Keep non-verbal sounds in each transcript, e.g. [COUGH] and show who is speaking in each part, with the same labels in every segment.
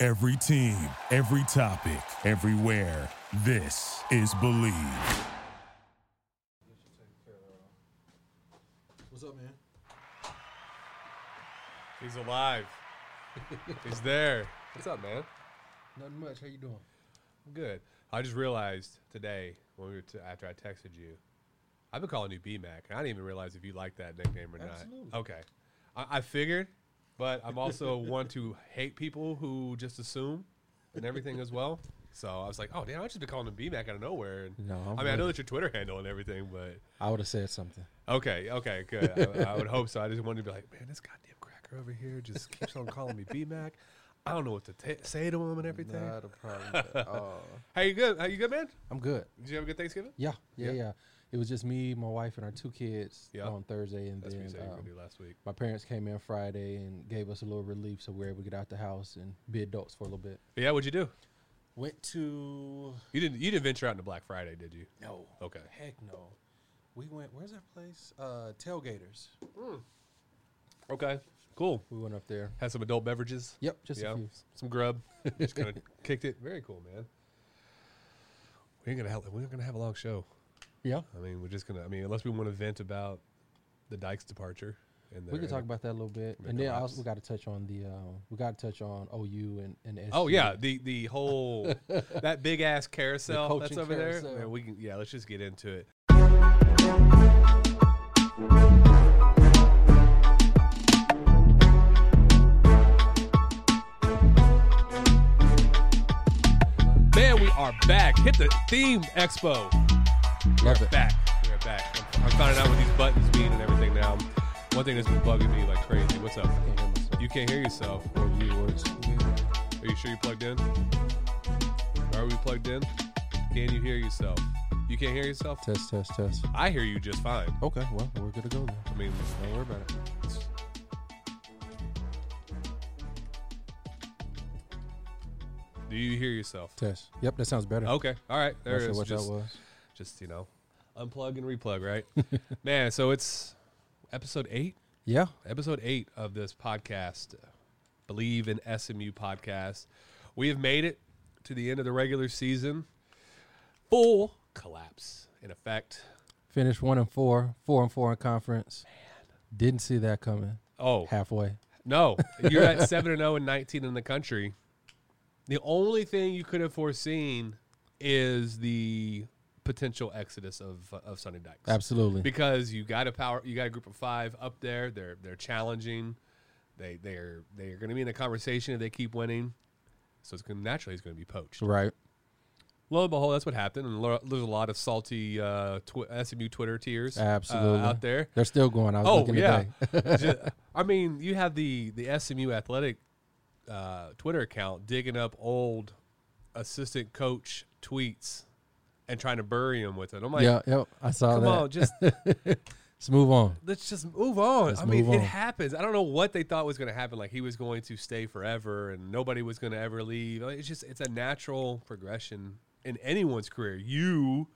Speaker 1: Every team, every topic, everywhere. This is Believe.
Speaker 2: What's up, man?
Speaker 3: He's alive. He's there. [LAUGHS] What's up, man?
Speaker 2: Nothing much. How you doing?
Speaker 3: I'm good. I just realized today when we were t- after I texted you, I've been calling you B Mac, and I didn't even realize if you liked that nickname or
Speaker 2: Absolutely.
Speaker 3: not. Okay, I, I figured, but I'm also [LAUGHS] one to hate people who just assume and everything as well. So I was like, oh damn, I just been calling him B Mac out of nowhere. And
Speaker 2: No, I'm
Speaker 3: I mean I know
Speaker 2: good.
Speaker 3: that's your Twitter handle and everything, but
Speaker 2: I would have said something.
Speaker 3: Okay, okay, good. I, I would hope so. I just wanted to be like, man, this goddamn cracker over here just keeps on calling me B Mac. I don't know what to ta say to him and everything.
Speaker 2: Not a
Speaker 3: [LAUGHS]
Speaker 2: problem. at all.
Speaker 3: How you good? How you good, man?
Speaker 2: I'm good.
Speaker 3: Did you have a good Thanksgiving?
Speaker 2: Yeah, yeah,
Speaker 3: Yeah.
Speaker 2: yeah. It was just me, my wife, and our two kids
Speaker 3: Yeah.
Speaker 2: on Thursday, and
Speaker 3: That's what you
Speaker 2: then
Speaker 3: said you were
Speaker 2: um,
Speaker 3: gonna do last week.
Speaker 2: my parents came in Friday and gave us a little relief, so we were able to get out the house and be adults for a little bit.
Speaker 3: But yeah, what'd you do?
Speaker 2: Went to
Speaker 3: You didn't. You didn't venture out into Black Friday, did you?
Speaker 2: no,
Speaker 3: Okay.
Speaker 2: heck no. We went. Where's that place? Uh, Tailgaters.
Speaker 3: Okay. Cool.
Speaker 2: We went up there.
Speaker 3: Had some adult beverages.
Speaker 2: Yep, just
Speaker 3: Yeah.
Speaker 2: a few.
Speaker 3: Some
Speaker 2: [LAUGHS]
Speaker 3: grub. just kind of kicked it. Very cool, man. We ain't gonna have. We're not gonna have a long show.
Speaker 2: Yeah,
Speaker 3: I mean, we're just gonna. I mean, unless we want to vent about the Dykes departure. And
Speaker 2: we can
Speaker 3: their-
Speaker 2: talk about that a little bit,
Speaker 3: their
Speaker 2: and then I
Speaker 3: collapse.
Speaker 2: also we got to touch on the um, we got to touch on OU and and SC.
Speaker 3: Oh yeah, the
Speaker 2: [LAUGHS]
Speaker 3: the whole that big ass carousel that's
Speaker 2: coaching
Speaker 3: over
Speaker 2: carousel.
Speaker 3: there. Man, we can, yeah, let's just get into it. Man, we are back. Hit the theme expo. We
Speaker 2: Love
Speaker 3: are
Speaker 2: it.
Speaker 3: back. We are back. I'm, I'm finding out what these buttons mean and everything now. One thing that's been bugging me like crazy. What's up?
Speaker 2: Can't hear myself.
Speaker 3: You can't hear yourself.
Speaker 2: or you or it's-
Speaker 3: Are you sure you plugged in? Are we plugged in? Can you hear yourself? You can't hear yourself?
Speaker 2: Test, test, test.
Speaker 3: I hear you just fine.
Speaker 2: Okay, well, we're good to go then.
Speaker 3: I mean,
Speaker 2: Don't worry about it.
Speaker 3: do you hear yourself?
Speaker 2: Test. Yep, that sounds better.
Speaker 3: Okay. All right. There
Speaker 2: Not
Speaker 3: it
Speaker 2: sure
Speaker 3: is.
Speaker 2: what
Speaker 3: Just,
Speaker 2: that was.
Speaker 3: just, you know, unplug and replug, right? [LAUGHS] Man, so it's episode eight.
Speaker 2: Yeah.
Speaker 3: Episode eight of this podcast, Believe in SMU podcast. We have made it to the end of the regular season. Full collapse, in effect.
Speaker 2: Finished one and four, four and four in conference. Didn't see that coming.
Speaker 3: Oh,
Speaker 2: Halfway.
Speaker 3: No, you're at seven and zero and nineteen in the country. The only thing you could have foreseen is the potential exodus of of Sonny Dykes.
Speaker 2: Absolutely.
Speaker 3: because you got a power, you got a group of five up there. They're they're challenging. They they're they're going to be in the conversation if they keep winning. So it's gonna, naturally it's going to be poached.
Speaker 2: right.
Speaker 3: Lo and behold, that's what happened. And lo- there's a lot of salty uh, twi- SMU Twitter tears uh,
Speaker 2: Absolutely.
Speaker 3: out there.
Speaker 2: They're still going. I was
Speaker 3: Oh
Speaker 2: looking
Speaker 3: yeah,
Speaker 2: today. [LAUGHS]
Speaker 3: Ju- I mean, you have the the SMU athletic uh, Twitter account digging up old assistant coach tweets and trying to bury them with it. I'm like,
Speaker 2: yeah, yep. I saw
Speaker 3: come
Speaker 2: that.
Speaker 3: on, just
Speaker 2: Let's move on.
Speaker 3: let's just move on.
Speaker 2: Let's
Speaker 3: I mean,
Speaker 2: move
Speaker 3: it
Speaker 2: on.
Speaker 3: happens. I don't know what they thought was going to happen. Like he was going to stay forever and nobody was going to ever leave. Like, It's just it's a natural progression in anyone's career. You,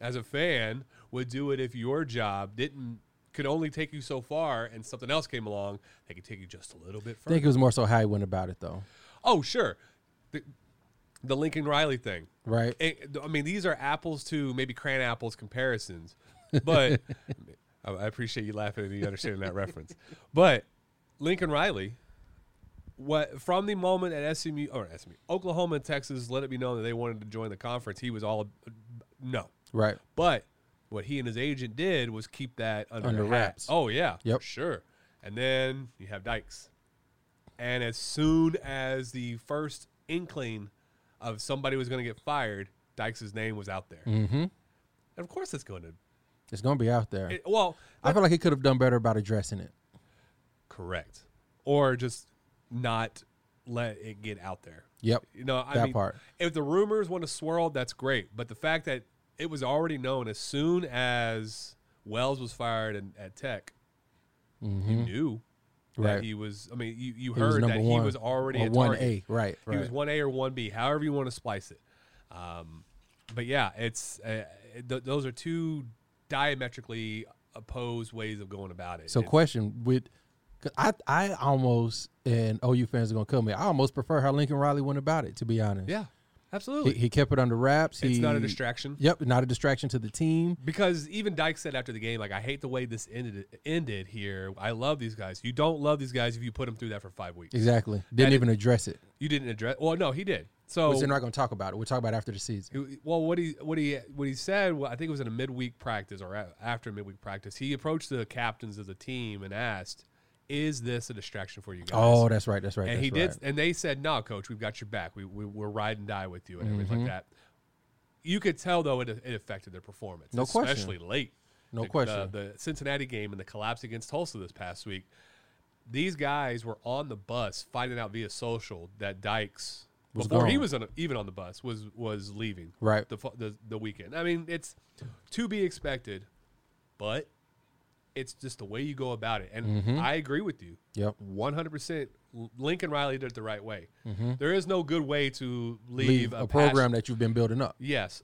Speaker 3: as a fan, would do it if your job didn't could only take you so far, and something else came along that could take you just a little bit
Speaker 2: I
Speaker 3: further.
Speaker 2: think it was more so how he went about it, though.
Speaker 3: Oh, sure. The, the Lincoln Riley thing.
Speaker 2: Right.
Speaker 3: It- I mean, these are apples to maybe crayon apples comparisons, but [LAUGHS] I, I appreciate you laughing and you understanding that reference. But Lincoln Riley, what from the moment at SMU or SMU, Oklahoma and Texas let it be known that they wanted to join the conference, he was all no.
Speaker 2: Right.
Speaker 3: But what he and his agent did was keep that under,
Speaker 2: Under wraps.
Speaker 3: wraps. Oh yeah,
Speaker 2: Yep.
Speaker 3: sure. And then you have Dykes, and as soon as the first inkling of somebody was going to get fired, Dykes' name was out there. Mm-hmm. And of course, it's going to.
Speaker 2: It's going to be out there.
Speaker 3: It, well,
Speaker 2: I feel like he could have done better about addressing it.
Speaker 3: correct, or just not let it get out there.
Speaker 2: Yep.
Speaker 3: You know, I
Speaker 2: That
Speaker 3: mean,
Speaker 2: part.
Speaker 3: if the rumors want to swirl, that's great. But the fact that it was already known as soon as Wells was fired in, at Tech, you knew
Speaker 2: Mm-hmm. Right.
Speaker 3: that he was. I mean, you, you
Speaker 2: He was
Speaker 3: heard that
Speaker 2: number
Speaker 3: he
Speaker 2: one
Speaker 3: was already
Speaker 2: or
Speaker 3: a
Speaker 2: one
Speaker 3: target.
Speaker 2: A. Right. Right.
Speaker 3: He was one A or one B, however you want to splice it. Um, but yeah, it's uh, th- those are two diametrically opposed ways of going about it.
Speaker 2: So,
Speaker 3: It's-
Speaker 2: question with, 'cause I I almost and OU fans are gonna kill me. I almost prefer how Lincoln Riley went about it. To be honest,
Speaker 3: yeah, absolutely.
Speaker 2: He, he kept it under wraps.
Speaker 3: it's not a
Speaker 2: He-
Speaker 3: distraction.
Speaker 2: Yep, not a distraction to the team.
Speaker 3: Because even Dyke said after the game, like, I hate the way this ended ended here. I love these guys. You don't love these guys if you put them through that for five weeks.
Speaker 2: Exactly. Didn't
Speaker 3: it-
Speaker 2: even address it.
Speaker 3: You didn't address. Well, no, he did. So
Speaker 2: Which they're not going to talk about it. We'll talk about it after the season.
Speaker 3: He- well, what he what he what he said, well, I think it was in a midweek practice or a- after midweek practice. He approached the captains of the team and asked, "Is this a distraction for you guys?"
Speaker 2: Oh, that's right. That's right.
Speaker 3: and
Speaker 2: that's
Speaker 3: he did,
Speaker 2: right.
Speaker 3: and they said, "No, coach, we've got your back. We, we we're ride and die with you and
Speaker 2: Mm-hmm.
Speaker 3: everything like that." You could tell though it, it affected their performance,
Speaker 2: No question.
Speaker 3: especially late.
Speaker 2: No
Speaker 3: The-
Speaker 2: question.
Speaker 3: The, the Cincinnati game and the collapse against Tulsa this past week. These guys were on the bus finding out via social that Dykes
Speaker 2: Was
Speaker 3: before he
Speaker 2: gone.
Speaker 3: was on, even on the bus was was leaving
Speaker 2: Right.
Speaker 3: the, fu- the the weekend. I mean, it's to be expected, but it's just the way you go about it. And
Speaker 2: Mm-hmm.
Speaker 3: I agree with you.
Speaker 2: Yep.
Speaker 3: 100% L- Lincoln Riley did it the right way. There is no good way to leave,
Speaker 2: Mm-hmm. Leave
Speaker 3: a,
Speaker 2: a program
Speaker 3: passion-
Speaker 2: that you've been building up.
Speaker 3: yes.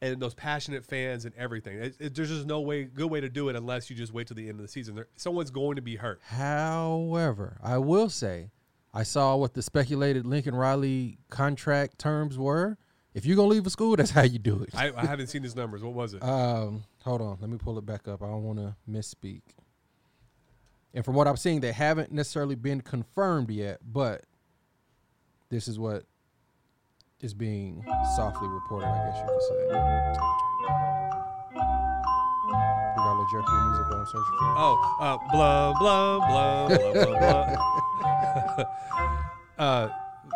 Speaker 3: And those passionate fans and everything. It, it- there's just no way good way to do it unless you just wait till the end of the season. There, someone's going to be hurt.
Speaker 2: However, I will say, I saw what the speculated Lincoln Riley contract terms were. If you're going to leave a school, that's how you do it.
Speaker 3: I, I haven't seen his numbers. What was it?
Speaker 2: Um, hold on, let me pull it back up. I don't want to misspeak. And from what I'm seeing, they haven't necessarily been confirmed yet, but this is what is being softly reported, I guess you could say. We got a little Jeopardy music while I'm searching for. it.
Speaker 3: Oh, uh, blah blah blah blah blah blah. [LAUGHS] uh,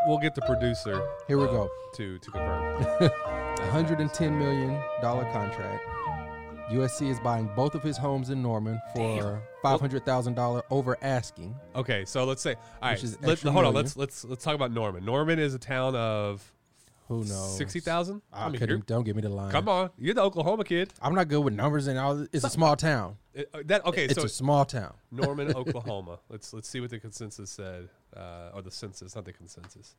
Speaker 3: we'll get the producer
Speaker 2: Here we
Speaker 3: uh,
Speaker 2: go.
Speaker 3: to to confirm.
Speaker 2: [LAUGHS] $110 million contract. USC is buying both of his homes in Norman for $500,000 over asking.
Speaker 3: Okay, so let's say all right.
Speaker 2: Which is
Speaker 3: Let,
Speaker 2: extra
Speaker 3: hold on.
Speaker 2: million.
Speaker 3: Let's let's let's talk about Norman. Norman is a town of
Speaker 2: Who knows?
Speaker 3: sixty thousand.
Speaker 2: I couldn't, don't give me the line.
Speaker 3: Come on, you're the Oklahoma kid.
Speaker 2: I'm not good with numbers and all. It's a small town.
Speaker 3: It- uh, that okay?
Speaker 2: It's
Speaker 3: so
Speaker 2: a small town.
Speaker 3: [LAUGHS] Norman, Oklahoma. Let's let's see what the consensus said, uh, or the census, not the consensus.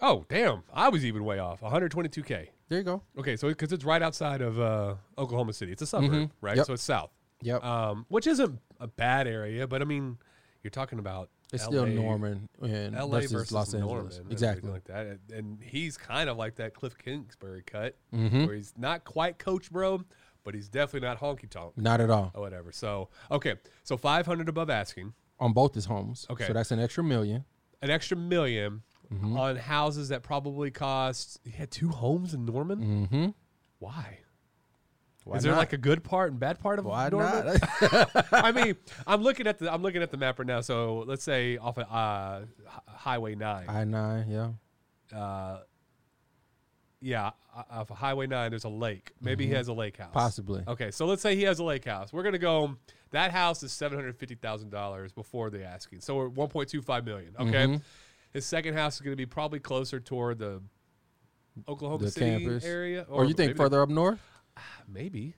Speaker 3: Oh damn! I was even way off. 122k.
Speaker 2: There you go.
Speaker 3: Okay, so because it's right outside of uh, Oklahoma City, it's a suburb, right?
Speaker 2: Mm-hmm. Yep.
Speaker 3: So it's south,
Speaker 2: Yep.
Speaker 3: um, which isn't a bad area, but I mean, you're talking about
Speaker 2: it's
Speaker 3: LA,
Speaker 2: still Norman and
Speaker 3: LA
Speaker 2: versus,
Speaker 3: versus,
Speaker 2: Los
Speaker 3: Norman,
Speaker 2: Angeles.
Speaker 3: and
Speaker 2: Exactly.
Speaker 3: everything like that. And- And he's kind of like that Cliff Kingsbury cut,
Speaker 2: Mm-hmm.
Speaker 3: where he's not quite Coach Bro, but he's definitely not honky tonk
Speaker 2: Not at all
Speaker 3: or whatever. So okay, so 500 above asking,
Speaker 2: on both his homes.
Speaker 3: Okay.
Speaker 2: So that's an extra million.
Speaker 3: an extra 1000000
Speaker 2: Mm-hmm.
Speaker 3: on houses that probably cost. He had two homes in Norman. Mm-hmm. Why?
Speaker 2: Why
Speaker 3: Is there
Speaker 2: not?
Speaker 3: like a good part and bad part of
Speaker 2: why
Speaker 3: Norman?
Speaker 2: not?
Speaker 3: [LAUGHS] I mean, I'm looking at the I'm looking at the map right now. So let's say off of uh, Hi- Highway Nine.
Speaker 2: [LAUGHS] I nine. Yeah.
Speaker 3: yeah, o- off of Highway Nine, there's a lake. Maybe he has a lake house.
Speaker 2: Mm-hmm. Possibly.
Speaker 3: Okay, so let's say he has a lake house. We're gonna go. That house is seven hundred fifty thousand dollars before the asking. So we're one point two five million. Okay,
Speaker 2: Mm-hmm.
Speaker 3: his second house is gonna be probably closer toward the Oklahoma
Speaker 2: The
Speaker 3: City
Speaker 2: campus
Speaker 3: area,
Speaker 2: Or, you think
Speaker 3: maybe-
Speaker 2: further up north?
Speaker 3: Maybe.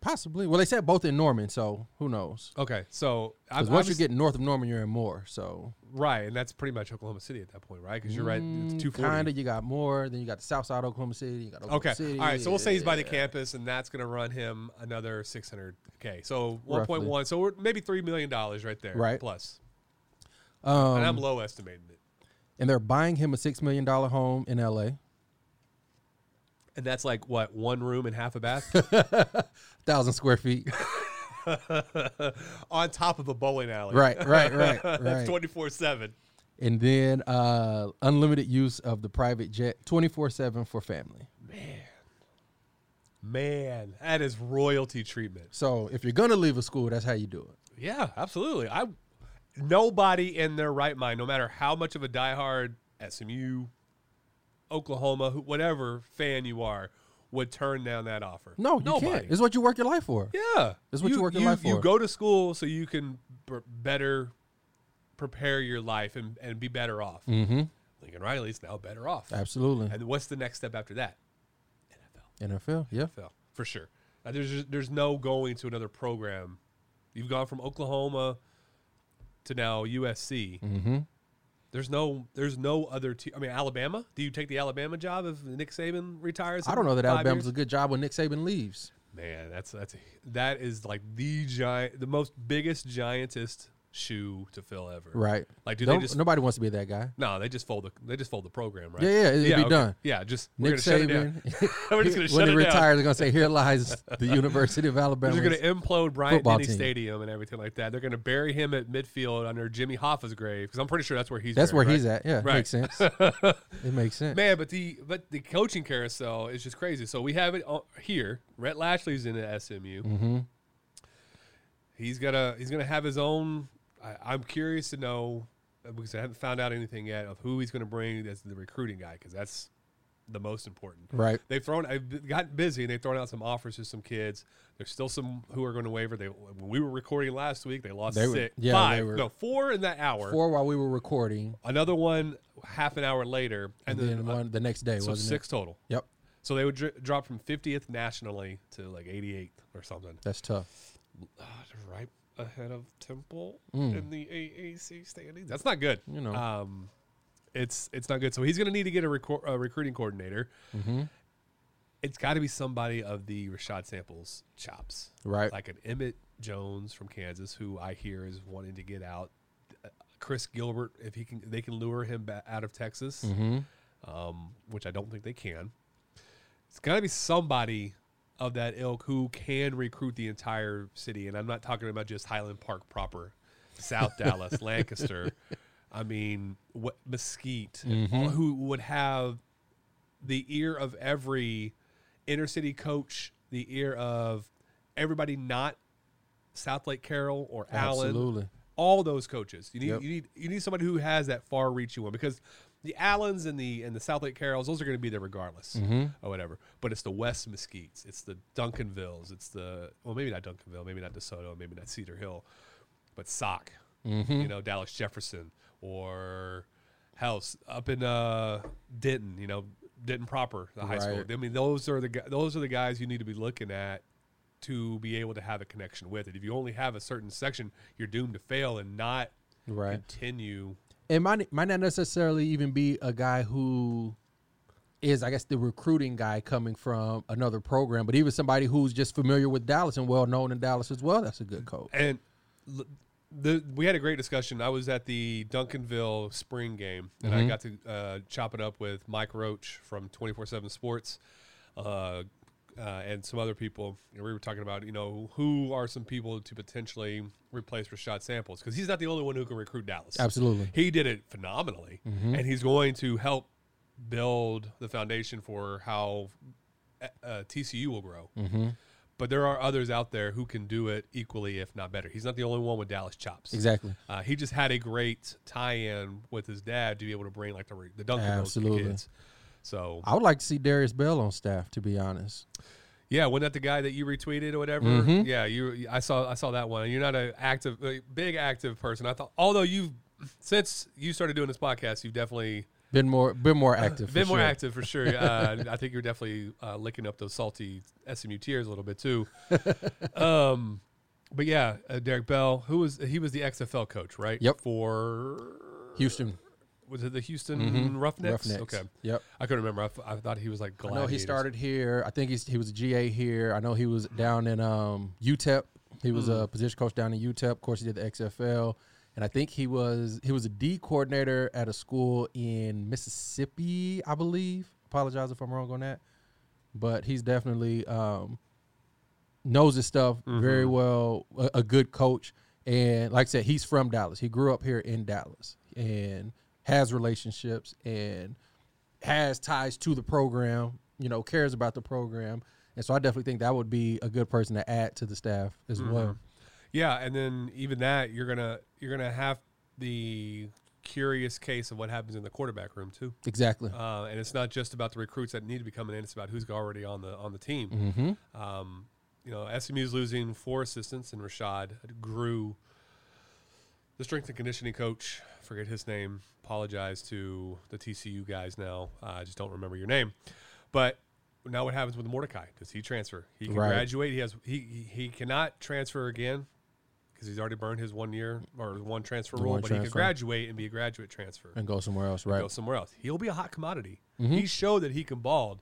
Speaker 2: Possibly. Well, they said both in Norman, so who knows?
Speaker 3: Okay, so I,
Speaker 2: Because once you get north of Norman, you're in Moore. So
Speaker 3: right, and that's pretty much Oklahoma City at that point, right? Because you're right, it's two forty.
Speaker 2: kind of you got Moore, then you got the South Side Oklahoma City. You got Oklahoma
Speaker 3: Okay.
Speaker 2: City.
Speaker 3: All right. So we'll say he's by the
Speaker 2: yeah.
Speaker 3: campus, and that's going to run him another 600. Okay. So
Speaker 2: Roughly.
Speaker 3: 1.1. So we're maybe $3 million right there.
Speaker 2: Right.
Speaker 3: Plus.
Speaker 2: Um,
Speaker 3: And I'm low estimating it.
Speaker 2: and they're buying him a six million dollar home in L.A.
Speaker 3: And that's like, what, one room and half a bath?
Speaker 2: [LAUGHS] Thousand square feet.
Speaker 3: On top of a bowling alley.
Speaker 2: right.
Speaker 3: [LAUGHS]
Speaker 2: Right. Right. Right.
Speaker 3: That's 24 7.
Speaker 2: and then uh, unlimited use of the private jet 24-7 for family
Speaker 3: Man, that is royalty treatment.
Speaker 2: so if you're gonna leave a school that's how you do it
Speaker 3: Yeah, absolutely. I Nobody in their right mind, no matter how much of a diehard SMU, Oklahoma, who- whatever fan you are, would turn down that offer.
Speaker 2: no you
Speaker 3: Nobody.
Speaker 2: can't it's what you work your life for
Speaker 3: Yeah,
Speaker 2: That's what you work your life
Speaker 3: You
Speaker 2: for.
Speaker 3: go to school so you can b- better prepare your life and, and be better off. Lincoln Riley's now better off.
Speaker 2: Mm-hmm. Absolutely.
Speaker 3: And what's the next step after that?
Speaker 2: NFL. Yeah.
Speaker 3: NFL for sure. Uh, there's just- there's no going to another program. You've gone from Oklahoma to now USC. Mm-hmm. There's no there's no other. Te- I mean Alabama. Do you take the Alabama job if Nick Saban retires?
Speaker 2: I
Speaker 3: in
Speaker 2: don't know that
Speaker 3: five
Speaker 2: Alabama's a
Speaker 3: years?
Speaker 2: good job when Nick Saban leaves.
Speaker 3: man. That's that's that is like the giant, the most biggest giantest shoe to fill ever.
Speaker 2: Right.
Speaker 3: Like do
Speaker 2: Don't-
Speaker 3: they just
Speaker 2: nobody wants to be that guy.
Speaker 3: no? They just fold the they just fold the program right?
Speaker 2: Yeah, yeah, it'll be done.
Speaker 3: Yeah, just we're
Speaker 2: Nick
Speaker 3: gonna shut it down. [LAUGHS]
Speaker 2: Saban.
Speaker 3: We're just gonna
Speaker 2: [LAUGHS]
Speaker 3: shut
Speaker 2: when
Speaker 3: it
Speaker 2: he
Speaker 3: down.
Speaker 2: retires, they're gonna say, "Here
Speaker 3: [LAUGHS]
Speaker 2: lies the University of Alabama."
Speaker 3: They're going to implode Bryant
Speaker 2: football
Speaker 3: Denny
Speaker 2: team.
Speaker 3: Stadium and everything like that. They're going to bury him at midfield under Jimmy Hoffa's grave because I'm pretty sure that's where he's.
Speaker 2: That's where
Speaker 3: buried,
Speaker 2: he's
Speaker 3: right?
Speaker 2: at. Yeah,
Speaker 3: Right.
Speaker 2: makes sense.
Speaker 3: [LAUGHS]
Speaker 2: it makes sense.
Speaker 3: Man, but the but the coaching carousel is just crazy. So we have it o- here. Rhett Lashley's in at SMU.
Speaker 2: Mm-hmm.
Speaker 3: He's gonna he's gonna have his own. I, I'm curious to know uh, because I haven't found out anything yet of who he's going to bring as the recruiting guy because that's the most important.
Speaker 2: Right.
Speaker 3: They've thrown. I've gotten busy and they've thrown out some offers to some kids. There's still some who are going to waiver. They when we were recording last week, they lost
Speaker 2: They were-
Speaker 3: six,
Speaker 2: yeah,
Speaker 3: five,
Speaker 2: they were-
Speaker 3: no, four in that hour.
Speaker 2: Four while we were recording,
Speaker 3: Another one half an hour later,
Speaker 2: and
Speaker 3: and,
Speaker 2: then,
Speaker 3: then, uh,
Speaker 2: one the next day,
Speaker 3: so
Speaker 2: wasn't
Speaker 3: six total.
Speaker 2: it? Yep,
Speaker 3: So they would dr- drop from 50th nationally to like 88th or something.
Speaker 2: that's tough.
Speaker 3: God, uh, right ahead of Temple in the AAC standings. That's not good.
Speaker 2: Hmm. You know.
Speaker 3: um, it's it's not good. So he's going to need to get a, recor- a recruiting coordinator.
Speaker 2: Mm-hmm.
Speaker 3: It's got to be somebody of the Rashad Samples chops,
Speaker 2: Right.
Speaker 3: Like an Emmett Jones from Kansas, who I hear is wanting to get out. Uh, Chris Gilbert, if he can, they can lure him ba- out of Texas,
Speaker 2: Mm-hmm.
Speaker 3: um, which I don't think they can. It's got to be somebody of that ilk who can recruit the entire city. And I'm not talking about just Highland Park proper, South Dallas, Lancaster. I mean, what Mesquite, who would have the ear of every inner city coach, the ear of everybody not South Lake Carroll or Allen,
Speaker 2: Absolutely.
Speaker 3: all those coaches. You need
Speaker 2: Yep.
Speaker 3: you need you need somebody who has that far reaching one because the Allens and the and the South Lake Carrolls, those are going to be there regardless
Speaker 2: Mm-hmm.
Speaker 3: or whatever. But it's the West Mesquites, it's the Duncanvilles, it's the well maybe not Duncanville, maybe not DeSoto, maybe not Cedar Hill, but Sock,
Speaker 2: Mm-hmm.
Speaker 3: you know Dallas Jefferson or House up in uh, Denton, you know Denton proper, the high school.
Speaker 2: Right.
Speaker 3: I mean those are the gu- those are the guys you need to be looking at to be able to have a connection with it. If you only have a certain section, you're doomed to fail and not
Speaker 2: Right.
Speaker 3: continue.
Speaker 2: It might might not necessarily even be a guy who is, I guess, the recruiting guy coming from another program, but even somebody who's just familiar with Dallas and well known in Dallas as well. That's a good coach.
Speaker 3: And l- the we had a great discussion. I was at the Duncanville spring game, and I got to uh, chop it up with Mike Roach from Twenty Four Seven Sports, uh, uh, and some other people. And we were talking about you know who are some people to potentially replace Rashad Samples because he's not the only one who can recruit Dallas.
Speaker 2: Absolutely.
Speaker 3: he did it phenomenally, and he's going to help build the foundation for how uh, uh, TCU will grow. But there are others out there who can do it equally, if not better. He's not the only one with Dallas chops.
Speaker 2: Exactly.
Speaker 3: Uh, he just had a great tie-in with his dad to be able to bring like the re- the Duncanville
Speaker 2: Absolutely.
Speaker 3: kids. So
Speaker 2: I would like to see Darius Bell on staff, to be honest.
Speaker 3: yeah, wasn't that the guy that you retweeted or whatever? Yeah, you. I saw. I saw that one. You're not an active, a big active person. I thought, although you've since you started doing this podcast, you've definitely
Speaker 2: Been more been more active. for
Speaker 3: been more
Speaker 2: sure.
Speaker 3: active for
Speaker 2: [LAUGHS]
Speaker 3: sure. Uh, I think you're definitely uh, licking up those salty SMU tears a little
Speaker 2: [LAUGHS]
Speaker 3: bit too. um, but yeah, uh, Derek Bell, who was he was the XFL coach, right?
Speaker 2: Yep.
Speaker 3: For
Speaker 2: Houston
Speaker 3: was it the Houston Roughnecks?
Speaker 2: Mm-hmm. Roughnecks.
Speaker 3: Okay.
Speaker 2: Yep.
Speaker 3: I couldn't remember. I, f- I thought he was like.
Speaker 2: I know he
Speaker 3: Gladiators.
Speaker 2: started here. I think he's he was a GA here. I know he was down in um, UTEP. He was a position coach down in UTEP. Of course, he did the XFL, and I think he was he was a D coordinator at a school in Mississippi, I believe. Apologize if I'm wrong on that, but he's definitely um, knows his stuff very
Speaker 3: Mm-hmm.
Speaker 2: well. A, a good coach, and like I said, he's from Dallas. He grew up here in Dallas, and has relationships and has ties to the program, you know, cares about the program. And so I definitely think that would be a good person to add to the staff as
Speaker 3: Mm-hmm.
Speaker 2: well.
Speaker 3: Yeah, and then even that you're gonna you're gonna have the curious case of what happens in the quarterback room too.
Speaker 2: Exactly.
Speaker 3: Uh, and it's not just about the recruits that need to be coming in; it's about who's already on the on the team.
Speaker 2: Mm-hmm.
Speaker 3: Um, you know, SMU's losing four assistants, and Rashad grew the strength and conditioning coach, forget his name, apologize to the TCU guys now. Uh, I just don't remember your name. But now what happens with Mordecai? Does he transfer? He can
Speaker 2: Right.
Speaker 3: graduate. He has he he- he cannot transfer again because he's already burned his one year or one transfer
Speaker 2: The
Speaker 3: rule,
Speaker 2: one
Speaker 3: but he can
Speaker 2: transfer.
Speaker 3: graduate and be a graduate transfer
Speaker 2: and go somewhere else, right?
Speaker 3: go somewhere else. He'll be a hot commodity. He showed that he can bald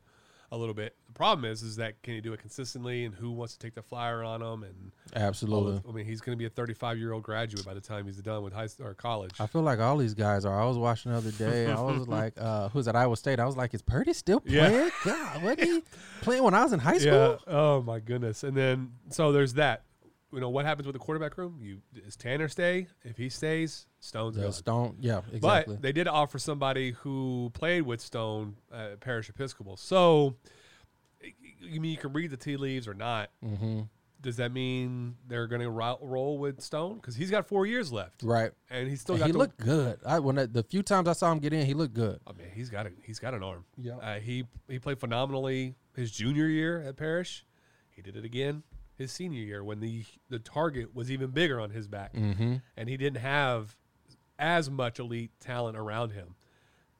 Speaker 3: a little bit. The problem is, is that can he do it consistently, and who wants to take the flyer on him? And all
Speaker 2: Absolutely.
Speaker 3: those- I mean, he's going to be a 35 year old graduate by the time he's done with high s- or college.
Speaker 2: I feel like all these guys are. I was watching the other day. I
Speaker 3: [LAUGHS]
Speaker 2: was like, uh, who's at Iowa State? I was like, is Purdy still
Speaker 3: Yeah.
Speaker 2: playing? God, what
Speaker 3: [LAUGHS]
Speaker 2: he playing when I was in high school?
Speaker 3: yeah. Oh my goodness. And then so there's that. You know what happens with the quarterback room? You is Tanner stay? If he stays, Stone's
Speaker 2: The
Speaker 3: gone.
Speaker 2: Stone. Yeah, exactly.
Speaker 3: But they did offer somebody who played with Stone uh, Parish Episcopal. So, y- y- you mean you can read the tea leaves or not? Mm-hmm. Does that mean they're going to ro- roll with Stone because he's got four years left,
Speaker 2: right.
Speaker 3: and he's still
Speaker 2: And
Speaker 3: got
Speaker 2: he
Speaker 3: to,
Speaker 2: looked good. I when I, the few times I saw him get in, he looked good.
Speaker 3: Oh man, he's got a, he's got an arm.
Speaker 2: Yeah.
Speaker 3: uh, he he played phenomenally his junior year at Parish. He did it again his senior year when the the target was even bigger on his back, and he didn't have as much elite talent around him.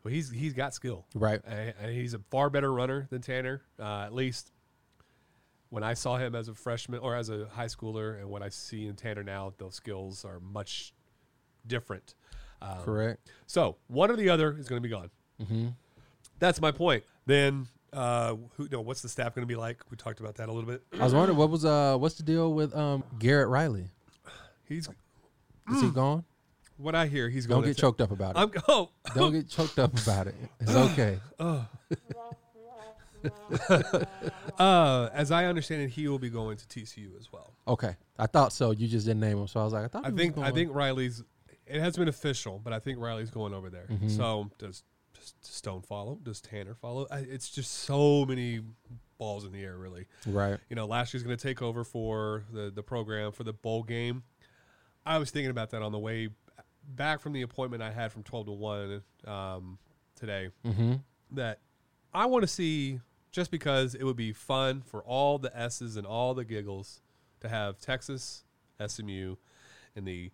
Speaker 3: But he's he's got skill,
Speaker 2: Right.
Speaker 3: And, and he's a far better runner than Tanner, uh, at least. When I saw him as a freshman or as a high schooler, and what I see in Tanner now, those skills are much different. Um, [CLEARS THROAT]
Speaker 2: Correct.
Speaker 3: so one or the other is going to be gone. Mm-hmm. That's my point. Then, uh, who no, What's the staff going to be like? We talked about that a little bit.
Speaker 2: I was wondering what was uh what's the deal with um Garrett Riley?
Speaker 3: He's
Speaker 2: Is
Speaker 3: Mm.
Speaker 2: he gone?
Speaker 3: what I hear. He's going
Speaker 2: Don't get
Speaker 3: to
Speaker 2: choked up about it.
Speaker 3: I'm oh, [LAUGHS]
Speaker 2: Don't get choked up about it. It's okay.
Speaker 3: uh, as I understand it, he will be going to TCU as well.
Speaker 2: Okay. I thought so. You just didn't name him, so I was like, I thought.
Speaker 3: I
Speaker 2: he was
Speaker 3: think I
Speaker 2: gone.
Speaker 3: think Riley's. It has been official, but I think Riley's going over there.
Speaker 2: Mm-hmm.
Speaker 3: So does, does Stone follow? Does Tanner follow? I, it's just so many balls in the air, really.
Speaker 2: Right.
Speaker 3: you know, last year's going to take over for the the program for the bowl game. I was thinking about that on the way back from the appointment I had from twelve to one um, today. That I want to see just because it would be fun for all the S's and all the giggles to have Texas SMU in the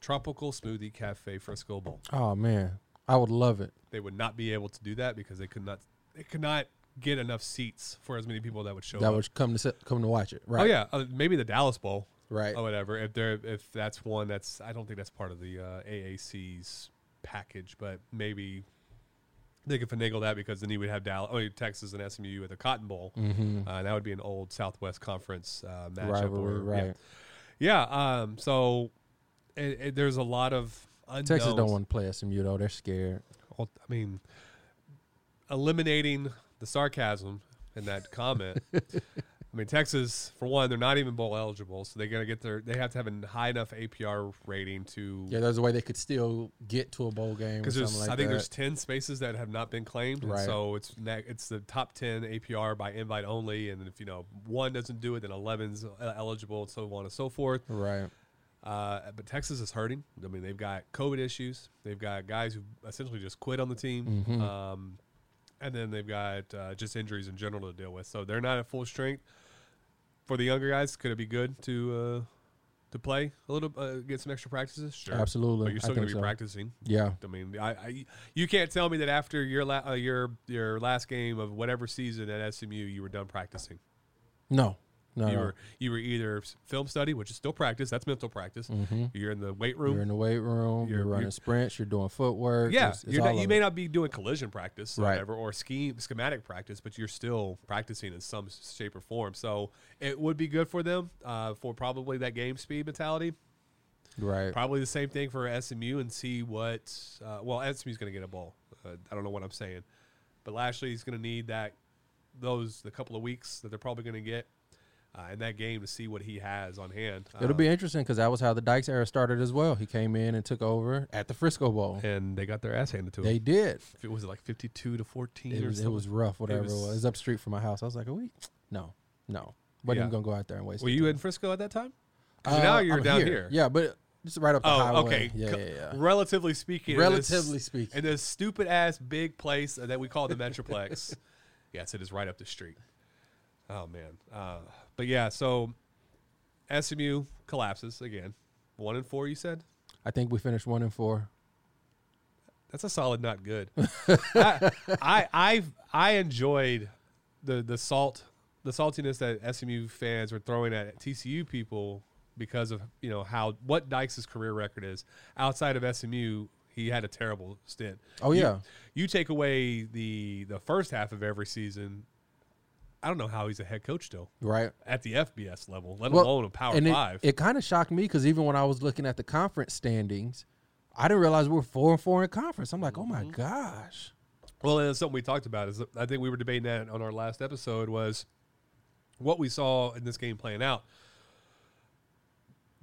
Speaker 3: Tropical Smoothie Cafe Frisco Bowl.
Speaker 2: Oh man, I would love it.
Speaker 3: They would not be able to do that because they could not they could not get enough seats for as many people that would show
Speaker 2: That
Speaker 3: up.
Speaker 2: would come to sit- come to watch it. Right.
Speaker 3: Oh yeah, uh, maybe the Dallas Bowl,
Speaker 2: Right.
Speaker 3: Or whatever. If there, if that's one, that's I don't think that's part of the uh, AAC's package, but maybe they could finagle that because then you would have Dallas, oh, Texas and SMU at the Cotton Bowl. Mm-hmm. Uh, that would be an old Southwest Conference uh, matchup.
Speaker 2: Rivalry.
Speaker 3: or-
Speaker 2: right.
Speaker 3: Yeah. yeah um, so it, it, there's a lot of unknowns.
Speaker 2: Texas don't want to play SMU though. They're scared.
Speaker 3: Well, I mean, eliminating the sarcasm in that comment.
Speaker 2: [LAUGHS]
Speaker 3: I mean, Texas, for one, they're not even bowl eligible, so they're gonna get their. They have to have a high enough APR rating to.
Speaker 2: Yeah, there's a way they could still get to a bowl game or
Speaker 3: because there's,
Speaker 2: something like
Speaker 3: I think
Speaker 2: that.
Speaker 3: there's ten spaces that have not been claimed, and
Speaker 2: Right.
Speaker 3: so it's ne- it's the top ten APR by invite only, and if you know one doesn't do it, then 11's eligible, and so on and so forth.
Speaker 2: right.
Speaker 3: Uh, but Texas is hurting. I mean, they've got COVID issues. They've got guys who essentially just quit on the team.
Speaker 2: Mm-hmm.
Speaker 3: Um, and then they've got uh, just injuries in general to deal with. So they're not at full strength. For the younger guys, could it be good to uh, to play a little, uh, get some extra practices? Sure,
Speaker 2: Absolutely.
Speaker 3: But
Speaker 2: I
Speaker 3: you're still going to
Speaker 2: think
Speaker 3: be
Speaker 2: so.
Speaker 3: practicing.
Speaker 2: Yeah.
Speaker 3: I mean, I, I you can't tell me that after your la- uh, your your last game of whatever season at SMU, you were done practicing.
Speaker 2: No. No.
Speaker 3: You
Speaker 2: no.
Speaker 3: were you were either s- film study, which is still practice. That's mental practice. You're in the weight room.
Speaker 2: Mm-hmm. You're in the weight room. You're,
Speaker 3: You're-
Speaker 2: running
Speaker 3: you're-
Speaker 2: sprints. You're doing footwork.
Speaker 3: yeah,
Speaker 2: it's- it's
Speaker 3: you're not-
Speaker 2: all
Speaker 3: you
Speaker 2: of
Speaker 3: may
Speaker 2: it.
Speaker 3: not be doing collision practice or
Speaker 2: Right.
Speaker 3: whatever, or scheme schematic practice, but you're still practicing in some s- shape or form. So it would be good for them uh, for probably that game speed mentality.
Speaker 2: right.
Speaker 3: Probably the same thing for SMU and see what. Uh, well, SMU's going to get a ball. Uh, I don't know what I'm saying, but Lashley's going to need that those the couple of weeks that they're probably going to get uh, in that game to see what he has on hand. Uh,
Speaker 2: It'll be interesting because that was how the Dykes era started as well. He came in and took over at the Frisco Bowl.
Speaker 3: and they got their ass handed to them.
Speaker 2: They did.
Speaker 3: If it was like 52 to 14
Speaker 2: It
Speaker 3: or
Speaker 2: was, it
Speaker 3: something.
Speaker 2: was rough. Whatever it was.
Speaker 3: was-
Speaker 2: it was up the street from my house. I was like, a week. No, no. Wasn't
Speaker 3: Yeah.
Speaker 2: even gonna go out there and waste.
Speaker 3: Were
Speaker 2: it.
Speaker 3: you in Frisco at that time? 'Cause
Speaker 2: Uh,
Speaker 3: now you're
Speaker 2: I'm
Speaker 3: down here.
Speaker 2: Yeah, but it's right up the
Speaker 3: Oh,
Speaker 2: highway.
Speaker 3: okay.
Speaker 2: Yeah,
Speaker 3: Co-
Speaker 2: yeah, yeah.
Speaker 3: Relatively speaking. in this-
Speaker 2: Relatively speaking.
Speaker 3: In this stupid ass big place that we call the Metroplex. [LAUGHS] yes, it is right up the street. Oh, man. Uh, but yeah, so SMU collapses again. One and four, you said?
Speaker 2: I think we finished one and four.
Speaker 3: That's a solid
Speaker 2: [LAUGHS]
Speaker 3: not good. I, I I I enjoyed the the salt the saltiness that SMU fans were throwing at TCU people because of you know how what Dykes' career record is. Outside of SMU, he had a terrible stint.
Speaker 2: Oh,
Speaker 3: You-
Speaker 2: yeah.
Speaker 3: you take away the the first half of every season. I don't know how he's a head coach still
Speaker 2: Right.
Speaker 3: at the FBS level, let
Speaker 2: Well,
Speaker 3: alone a Power
Speaker 2: and it-
Speaker 3: Five.
Speaker 2: It, kind of shocked me because even when I was looking at the conference standings, I didn't realize we were four and four in conference. I'm like, oh
Speaker 3: Mm-hmm.
Speaker 2: my gosh.
Speaker 3: Well, and something we talked about is that I think we were debating that on our last episode was what we saw in this game playing out.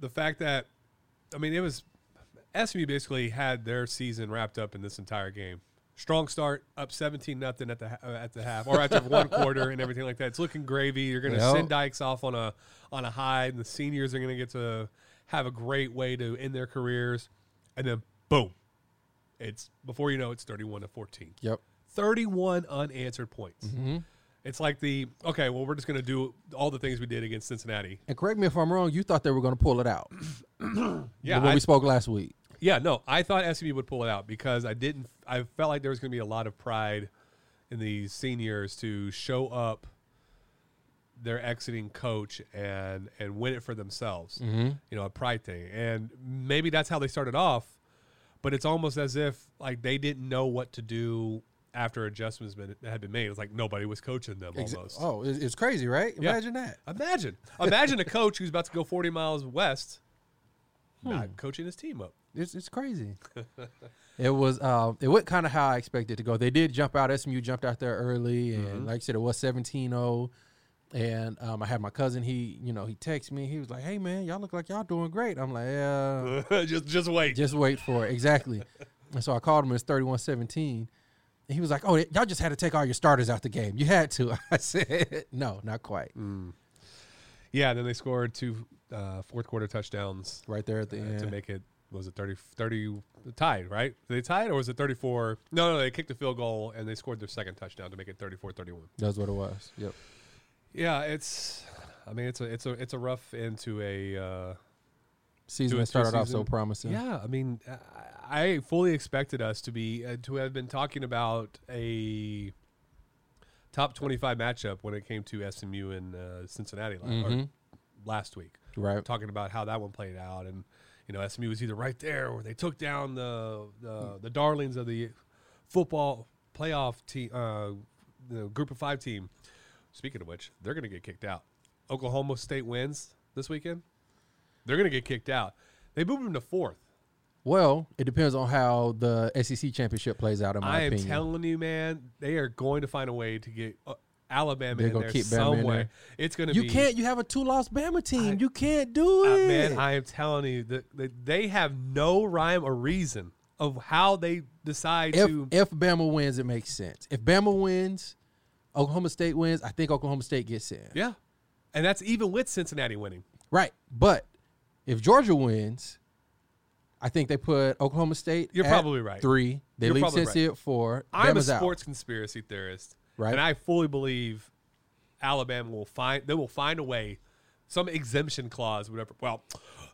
Speaker 3: The fact that, I mean, it was SMU basically had their season wrapped up in this entire game. Strong start, up seventeen nothing at the ha- uh, at the half, or after one quarter and everything like that. It's looking gravy. You're going to
Speaker 2: Yep.
Speaker 3: send Dykes off on a on a high, and the seniors are going to get to have a great way to end their careers, and then boom, it's before you know it, it's thirty one to fourteen.
Speaker 2: Yep.
Speaker 3: 31 unanswered points.
Speaker 2: Mm-hmm.
Speaker 3: It's like the okay, well, we're just going to do all the things we did against Cincinnati.
Speaker 2: And correct me if I'm wrong. You thought they were going to pull it out
Speaker 3: Yeah,
Speaker 2: when
Speaker 3: I,
Speaker 2: we spoke last week.
Speaker 3: yeah, no, I thought SMU would pull it out because I didn't. I felt like there was going to be a lot of pride in these seniors to show up their exiting coach and and win it for themselves.
Speaker 2: Mm-hmm.
Speaker 3: You know, a pride thing, and maybe that's how they started off. But it's almost as if like they didn't know what to do after adjustments been, had been made. It was like nobody was coaching them
Speaker 2: Exa-
Speaker 3: almost.
Speaker 2: Oh, it's, it's crazy, right?
Speaker 3: Yeah.
Speaker 2: Imagine that.
Speaker 3: Imagine, imagine a coach who's about to go forty miles west, not coaching his team up. [LAUGHS]
Speaker 2: It's, it's crazy. it was uh, it went kind of how I expected it to go. They did jump out. SMU jumped out there early, and
Speaker 3: Mm-hmm.
Speaker 2: like I said, it was 17-0. And um, I had my cousin. He you know he texted me. He was like, "Hey man, y'all look like y'all doing great." I'm like, "Yeah."
Speaker 3: just, just wait.
Speaker 2: Just wait for it. Exactly. and so I called him. It's 31 17. And he was like, Oh, y'all just had to take all your starters out the game. You had to. [LAUGHS] I said, No, not quite.
Speaker 3: Mm. yeah, then they scored two uh, fourth quarter touchdowns
Speaker 2: Right there at the
Speaker 3: uh,
Speaker 2: end.
Speaker 3: to make it. Was it 30, 30 tied? Right? They tied, or was it thirty four? No, no, they kicked a field goal and they scored their second touchdown to make it 34-31.
Speaker 2: That's what it was. Yep.
Speaker 3: Yeah, it's. I mean, it's a it's a it's a rough end to a. Uh,
Speaker 2: Season
Speaker 3: Doing
Speaker 2: that started
Speaker 3: two
Speaker 2: off so
Speaker 3: season-
Speaker 2: promising.
Speaker 3: Yeah, I mean, uh, I- I fully expected us to be uh, to have been talking about a top twenty-five matchup when it came to SMU and uh, Cincinnati la- or last week.
Speaker 2: Right.
Speaker 3: talking about how that one played out, and you know, SMU was either right there or they took down the
Speaker 2: Hmm.
Speaker 3: the, the darlings of the football playoff team, uh, the group of five team. Speaking of which, they're going to get kicked out. Oklahoma State wins this weekend. They're going to get kicked out. They moved them to fourth.
Speaker 2: Well, it depends on how the SEC championship plays out, in my
Speaker 3: I am
Speaker 2: opinion.
Speaker 3: telling you, man, they are going to find a way to get uh, Alabama
Speaker 2: They're
Speaker 3: in
Speaker 2: gonna
Speaker 3: there
Speaker 2: keep Bama in
Speaker 3: some way.
Speaker 2: there.
Speaker 3: It's going to
Speaker 2: you
Speaker 3: be
Speaker 2: can't. You have a two loss Bama team. you can't do
Speaker 3: Uh,
Speaker 2: it.
Speaker 3: man, I am telling you that that they have no rhyme or reason of how they decide
Speaker 2: if,
Speaker 3: to.
Speaker 2: if Bama wins, it makes sense. If Bama wins, Oklahoma State wins, I think Oklahoma State gets in.
Speaker 3: yeah, and that's even with Cincinnati winning.
Speaker 2: Right. But if Georgia wins, I think they put Oklahoma State.
Speaker 3: You're
Speaker 2: at
Speaker 3: probably right.
Speaker 2: Three. They
Speaker 3: You're
Speaker 2: leave
Speaker 3: probably
Speaker 2: Cincy
Speaker 3: right.
Speaker 2: at four.
Speaker 3: I'm
Speaker 2: Bama's
Speaker 3: a
Speaker 2: out.
Speaker 3: sports conspiracy theorist,
Speaker 2: Right.
Speaker 3: And I fully believe Alabama will find they will find a way, some exemption clause, whatever. Well,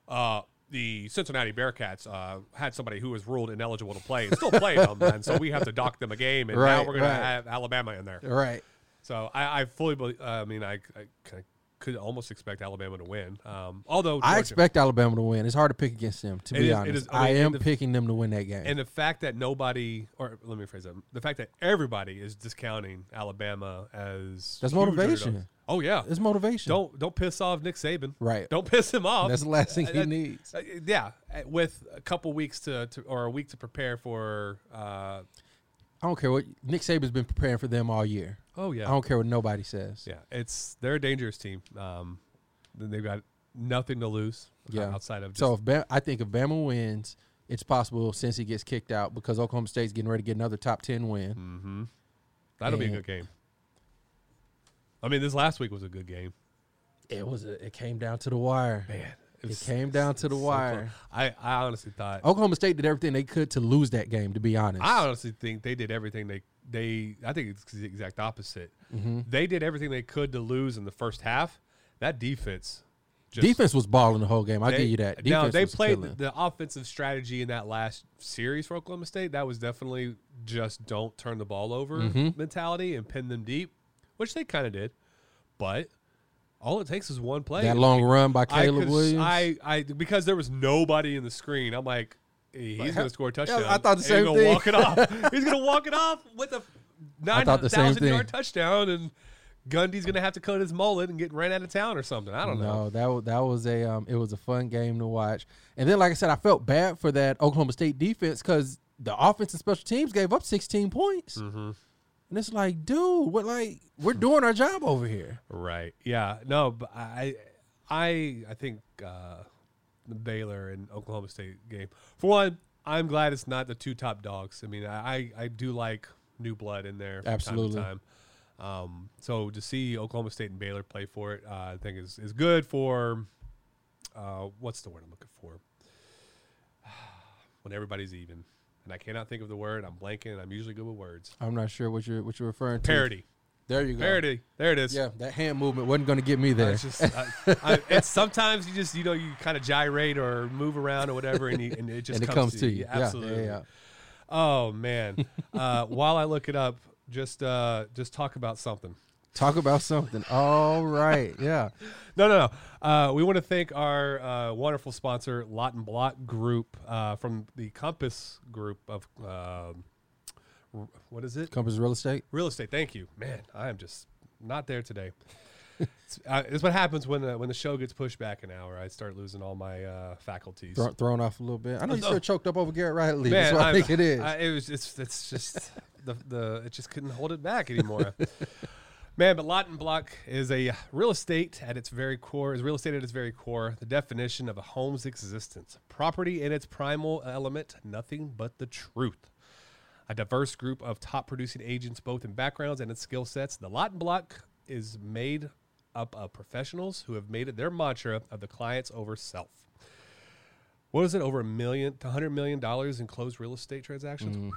Speaker 3: uh, the Cincinnati Bearcats uh, had somebody who was ruled ineligible to play and still played them, and so we have to dock them a game, and now
Speaker 2: Right,
Speaker 3: we're going
Speaker 2: right.
Speaker 3: to have Alabama in there.
Speaker 2: Right.
Speaker 3: So I, I fully believe. Uh, I mean, I, I kinda could almost expect Alabama to win. Um, although
Speaker 2: I
Speaker 3: Georgia-
Speaker 2: expect Alabama to win. It's hard to pick against them, to
Speaker 3: It
Speaker 2: be
Speaker 3: is- it
Speaker 2: honest.
Speaker 3: is- I
Speaker 2: I,
Speaker 3: mean,
Speaker 2: am
Speaker 3: and the-
Speaker 2: picking them to win that game.
Speaker 3: and the fact that nobody, or let me phrase that, the fact that everybody is discounting Alabama as
Speaker 2: That's
Speaker 3: huge
Speaker 2: motivation.
Speaker 3: underdogs. Oh yeah,
Speaker 2: it's motivation.
Speaker 3: don't don't piss off Nick Saban.
Speaker 2: Right.
Speaker 3: Don't piss him off.
Speaker 2: That's the last thing
Speaker 3: Uh,
Speaker 2: he
Speaker 3: that-
Speaker 2: needs.
Speaker 3: uh, yeah, uh, with a couple weeks to, to or a week to prepare for. Uh,
Speaker 2: I don't care what Nick Saban's been preparing for them all year.
Speaker 3: oh yeah,
Speaker 2: I don't care what nobody says.
Speaker 3: Yeah, it's they're a dangerous team. Um, then they've got nothing to lose. uh,
Speaker 2: Yeah.
Speaker 3: outside of just
Speaker 2: so if Bama, I think if Bama wins, it's possible since he gets kicked out because Oklahoma State's getting ready to get another top ten win.
Speaker 3: Mm. That'll be
Speaker 2: Yeah.
Speaker 3: a good game. I mean, this last week was a good game.
Speaker 2: It was a, it came down to the wire.
Speaker 3: Man,
Speaker 2: It came Oh, down to the wire.
Speaker 3: I, I honestly thought.
Speaker 2: Oklahoma State did everything they could to lose that game. To be honest,
Speaker 3: I honestly think they did everything they they. I think it's the exact
Speaker 2: Mm-hmm.
Speaker 3: opposite. They did everything they could to lose in the first half. That defense Just-
Speaker 2: defense was balling the whole game. I will give you that. Defense
Speaker 3: now they
Speaker 2: was
Speaker 3: played
Speaker 2: killing.
Speaker 3: the offensive strategy in that last series for Oklahoma State. That was definitely just don't turn the ball over
Speaker 2: Mm-hmm.
Speaker 3: mentality and pin them deep, which they kind of did. But all it takes is one play.
Speaker 2: that long run by
Speaker 3: I
Speaker 2: Caleb
Speaker 3: could-
Speaker 2: Williams.
Speaker 3: I, I because there was nobody in the screen. I'm like, he's gonna score a touchdown.
Speaker 2: I thought the
Speaker 3: and
Speaker 2: same
Speaker 3: he's gonna
Speaker 2: thing.
Speaker 3: Walk
Speaker 2: [LAUGHS]
Speaker 3: it off. he's gonna walk it off with a nine
Speaker 2: thought the same
Speaker 3: thousand yard
Speaker 2: thing.
Speaker 3: touchdown, and Gundy's gonna have to cut his mullet and get ran out of town or something. I don't know.
Speaker 2: no, that was that was a um, it was a fun game to watch. And then, like I said, I felt bad for that Oklahoma State defense because the offense and special teams gave up 16 points.
Speaker 3: Mm-hmm.
Speaker 2: And it's like, dude, what? Like we're
Speaker 3: Hmm.
Speaker 2: doing our job over here.
Speaker 3: Right. Yeah. No, but I, I, I think uh, the Baylor and Oklahoma State game. For one, I'm glad it's not the two top dogs. I mean, I, I, I do like new blood in there. From
Speaker 2: Absolutely.
Speaker 3: Time to time. Um, so to see Oklahoma State and Baylor play for it, uh, I think is is good for. Uh, what's the word I'm looking for? [SIGHS] when everybody's even, and I cannot think of the word. I'm blanking. and I'm usually good with words.
Speaker 2: I'm not sure what you're what you're referring to.
Speaker 3: Parody.
Speaker 2: There you go.
Speaker 3: Parody. There it is.
Speaker 2: Yeah, that hand movement wasn't going to get me
Speaker 3: I
Speaker 2: there.
Speaker 3: was just, I, I, it's sometimes you just you know you kind of gyrate or move around or whatever, and, you, and it just
Speaker 2: and it
Speaker 3: comes,
Speaker 2: comes to you. Yeah, yeah,
Speaker 3: absolutely.
Speaker 2: yeah.
Speaker 3: Oh man! Uh, while I look it up, just uh, just talk about something.
Speaker 2: Talk about something. All right. Yeah.
Speaker 3: No, no, no. Uh, we want to thank our uh, wonderful sponsor, Lot and Block Group, uh, from the Compass Group of um r- what is it?
Speaker 2: Compass Real Estate.
Speaker 3: Real estate. Thank you, man. I am just not there today. it's, uh, it's what happens when the when the show gets pushed back an hour. I start losing all my uh, faculties.
Speaker 2: Throw, thrown off a little bit. I know you
Speaker 3: Oh, No.
Speaker 2: still choked up over Garrett Riley. That's what I
Speaker 3: I'm-
Speaker 2: think it is.
Speaker 3: I, it was it's it's just the the it just couldn't hold it back anymore. [LAUGHS] Man, but lot and block is a real estate at its very core. Is real estate at its very core the definition of a home's existence, property in its primal element, nothing but the truth. A diverse group of top producing agents, both in backgrounds and in skill sets, the lot and block is made up of professionals who have made it their mantra of the clients over self what is it over a million to hundred million dollars in closed real estate transactions?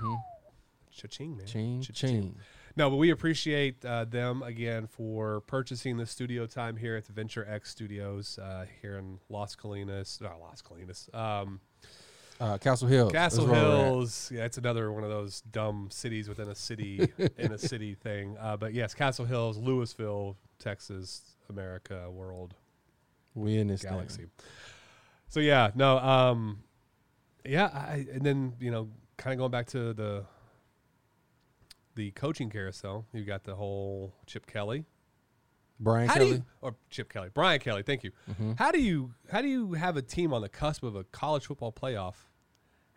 Speaker 3: Cha-ching, man.
Speaker 2: Ching,
Speaker 3: Cha-ching.
Speaker 2: ching.
Speaker 3: No, but we appreciate uh, them again for purchasing the studio time here at the Venture X Studios uh, here in Las Colinas, not Las Colinas, um,
Speaker 2: Uh, Castle Hills. that's
Speaker 3: Castle
Speaker 2: where we're at.
Speaker 3: Hills. Yeah, it's another one of those dumb cities within a
Speaker 2: [LAUGHS]
Speaker 3: city in a city thing. Uh, but yes, Castle Hills, Louisville, Texas, America, world,
Speaker 2: We in this thing.
Speaker 3: galaxy. So yeah, no, um, yeah, I, and then you know, kind of going back to the the coaching carousel, you got the whole Chip Kelly.
Speaker 2: Brian
Speaker 3: How
Speaker 2: Kelly. Mm-hmm.
Speaker 3: do you or Chip Kelly, Brian Kelly? Thank you. How do you how do you have a team on the cusp of a college football playoff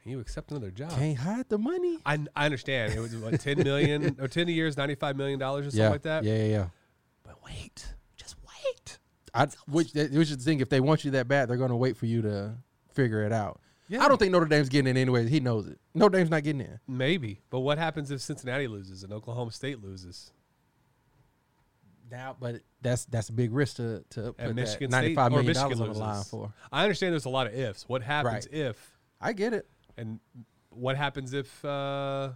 Speaker 3: and you accept another job?
Speaker 2: Can't hide the money.
Speaker 3: I, I understand it was what,
Speaker 2: [LAUGHS]
Speaker 3: ten million or ten years, ninety five million dollars or something
Speaker 2: yeah.
Speaker 3: like that.
Speaker 2: Yeah, yeah, yeah.
Speaker 3: But wait, just wait.
Speaker 2: I, which, that- which is the thing. If they want you that bad, they're going to wait for you to figure it out.
Speaker 3: Yeah.
Speaker 2: I don't think Notre Dame's getting in anyways. He knows it. Notre Dame's not getting in.
Speaker 3: Maybe, but what happens if Cincinnati loses and Oklahoma State loses?
Speaker 2: Now, but that's that's a big risk to to put
Speaker 3: and Michigan
Speaker 2: that
Speaker 3: State
Speaker 2: ninety-five
Speaker 3: or
Speaker 2: million
Speaker 3: Michigan
Speaker 2: dollars on the
Speaker 3: loses.
Speaker 2: line for.
Speaker 3: I understand there's a lot of ifs. What happens
Speaker 2: Right.
Speaker 3: if
Speaker 2: I get it.
Speaker 3: and what happens if uh